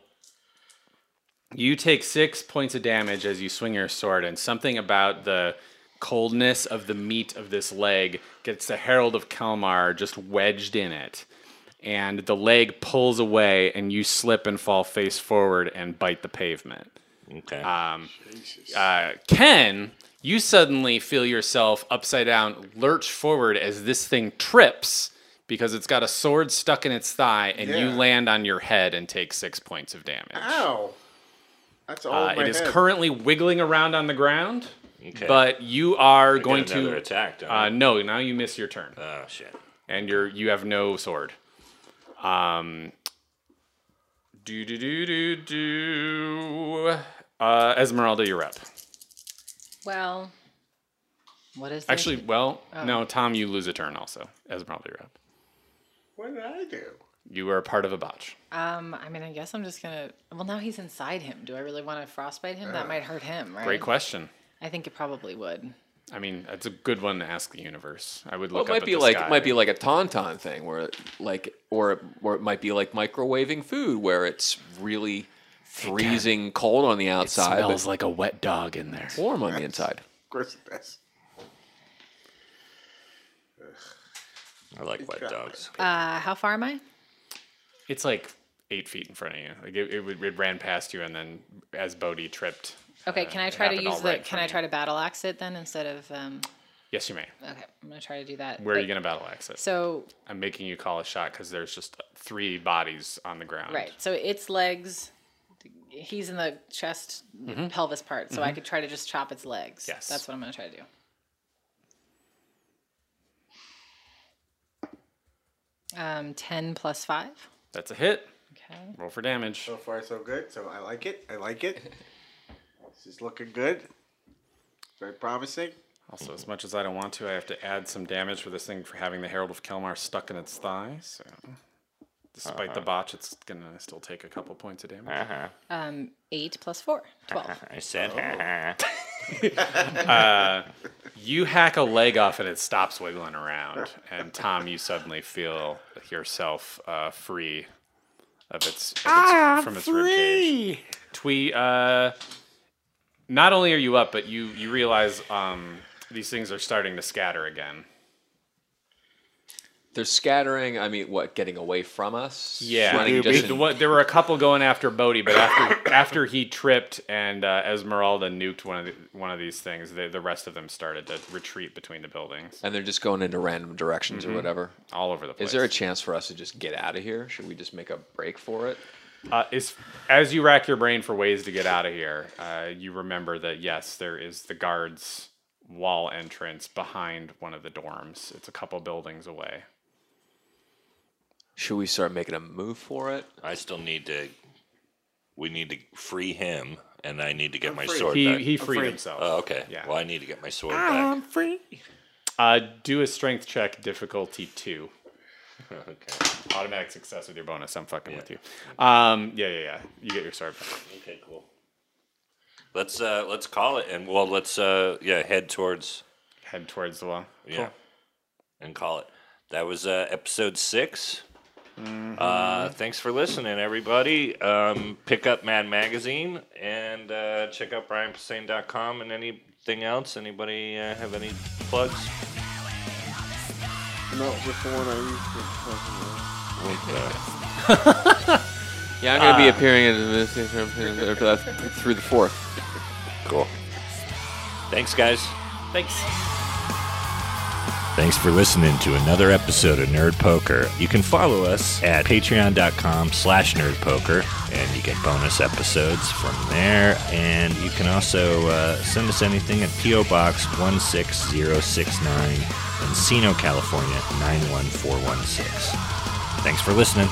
you take six points of damage as you swing your sword, and something about the coldness of the meat of this leg gets the Herald of Kelmar just wedged in it. And the leg pulls away, and you slip and fall face forward and bite the pavement.
Okay.
Uh, Ken, you suddenly feel yourself upside down, lurch forward as this thing trips because it's got a sword stuck in its thigh, and you
Yeah.
land on your head and take six points of damage.
Ow. That's all.
Uh,
in my
it is
head.
currently wiggling around on the ground,
okay.
but you are
I get
going
another
to.
attack. Don't
Uh,
I?
no, now you miss your turn,
oh shit.
and you're you have no sword. Um. Do do do do do. Uh, Esmeralda, you're up.
Well, what is this?
Actually, well, no, Tom, you lose a turn also. Esmeralda, you're up.
What did I do?
You were a part of a botch.
Um, I mean, I guess I'm just gonna. Well, now he's inside him. Do I really want to frostbite him? that might hurt him, right?
Uh, Great question.
I think it probably would.
I mean, that's a good one to ask the universe. I would
Well,
look
it
up
might
at
be
the
like
sky.
it might be like a tauntaun thing, where like or it- or it might be like microwaving food, where it's really freezing cold on the outside, but
smells like a wet dog in there.
warm on the inside.
Of course it does.
I like wet dogs.
Uh, how far am I?
It's like eight feet in front of you. Like it, it, would- it ran past you, and then as Bodhi tripped.
Okay,
uh,
can I
it
try to
happened all
use the?
right in
Can
front
I
of
try
you.
to battle axe it then instead of? Um,
Yes, you may.
okay, I'm gonna try to do that.
Where are
but-
you going to battle axe it?
So
I'm making you call a shot because there's just three bodies on the ground.
right, so its legs. He's in the chest, pelvis part, so I could try to just chop its legs.
Mm-hmm. Yes.
that's what I'm gonna try to do. Um, ten plus five.
That's a hit.
Okay.
Roll for damage.
So far, so good. So I like it. I like it. this is looking good. Very promising.
Also, as much as I don't want to, I have to add some damage for this thing for having the Herald of Kelmar stuck in its thigh. So, despite the botch, it's going to still take a couple points of damage.
Um, eight plus four. Twelve.
I said.
Oh.
"Ha, ha."
You hack a leg off and it stops wiggling around. And Tom, you suddenly feel yourself uh, free of its, of its from its ribcage. Twee, uh, not only are you up, but you you realize um, these things are starting to scatter again.
They're scattering. I mean, what? Getting away from us?
Yeah,
running just
The
in-
one- there were a couple going after Bodhi, but after after he tripped and uh, Esmeralda nuked one of the, one of these things, the, the rest of them started to retreat between the buildings,
and they're just going into random directions or whatever.
all over the place.
Is there a chance for us to just get out of here? Should we just make a break for it?
Uh, is as you rack your brain for ways to get out of here, uh, you remember that yes, there is the guards' wall entrance behind one of the dorms. It's a couple buildings away.
Should we start making a move for it?
I still need to. We need to free him
and I need to get my sword
He
back.
he Ah. freed
free.
himself.
oh, okay.
Yeah.
Well, I need to get my sword back.
free.
Uh, do a strength check, difficulty two.
Okay.
Automatic success with your bonus. I'm fucking with you. Um, yeah, yeah, yeah. You get your sword. back.
Okay, cool. Let's uh let's call it and well let's uh yeah, head towards
Head towards the wall.
yeah. And call it. That was uh episode 6. Uh thanks for listening everybody. Um pick up Mad Magazine and uh check out brianpassane.com and anything else anybody uh, have any plugs?
No, just the one I used
Yeah, I'm gonna
Ah.
be appearing in this through the fourth.
Cool. Thanks guys.
Thanks.
Thanks for listening to another episode of Nerd Poker. You can follow us at patreon.com slash nerdpoker, and you get bonus episodes from there. And you can also uh, send us anything at P.O. Box 16069, Encino, California 91416. Thanks for listening.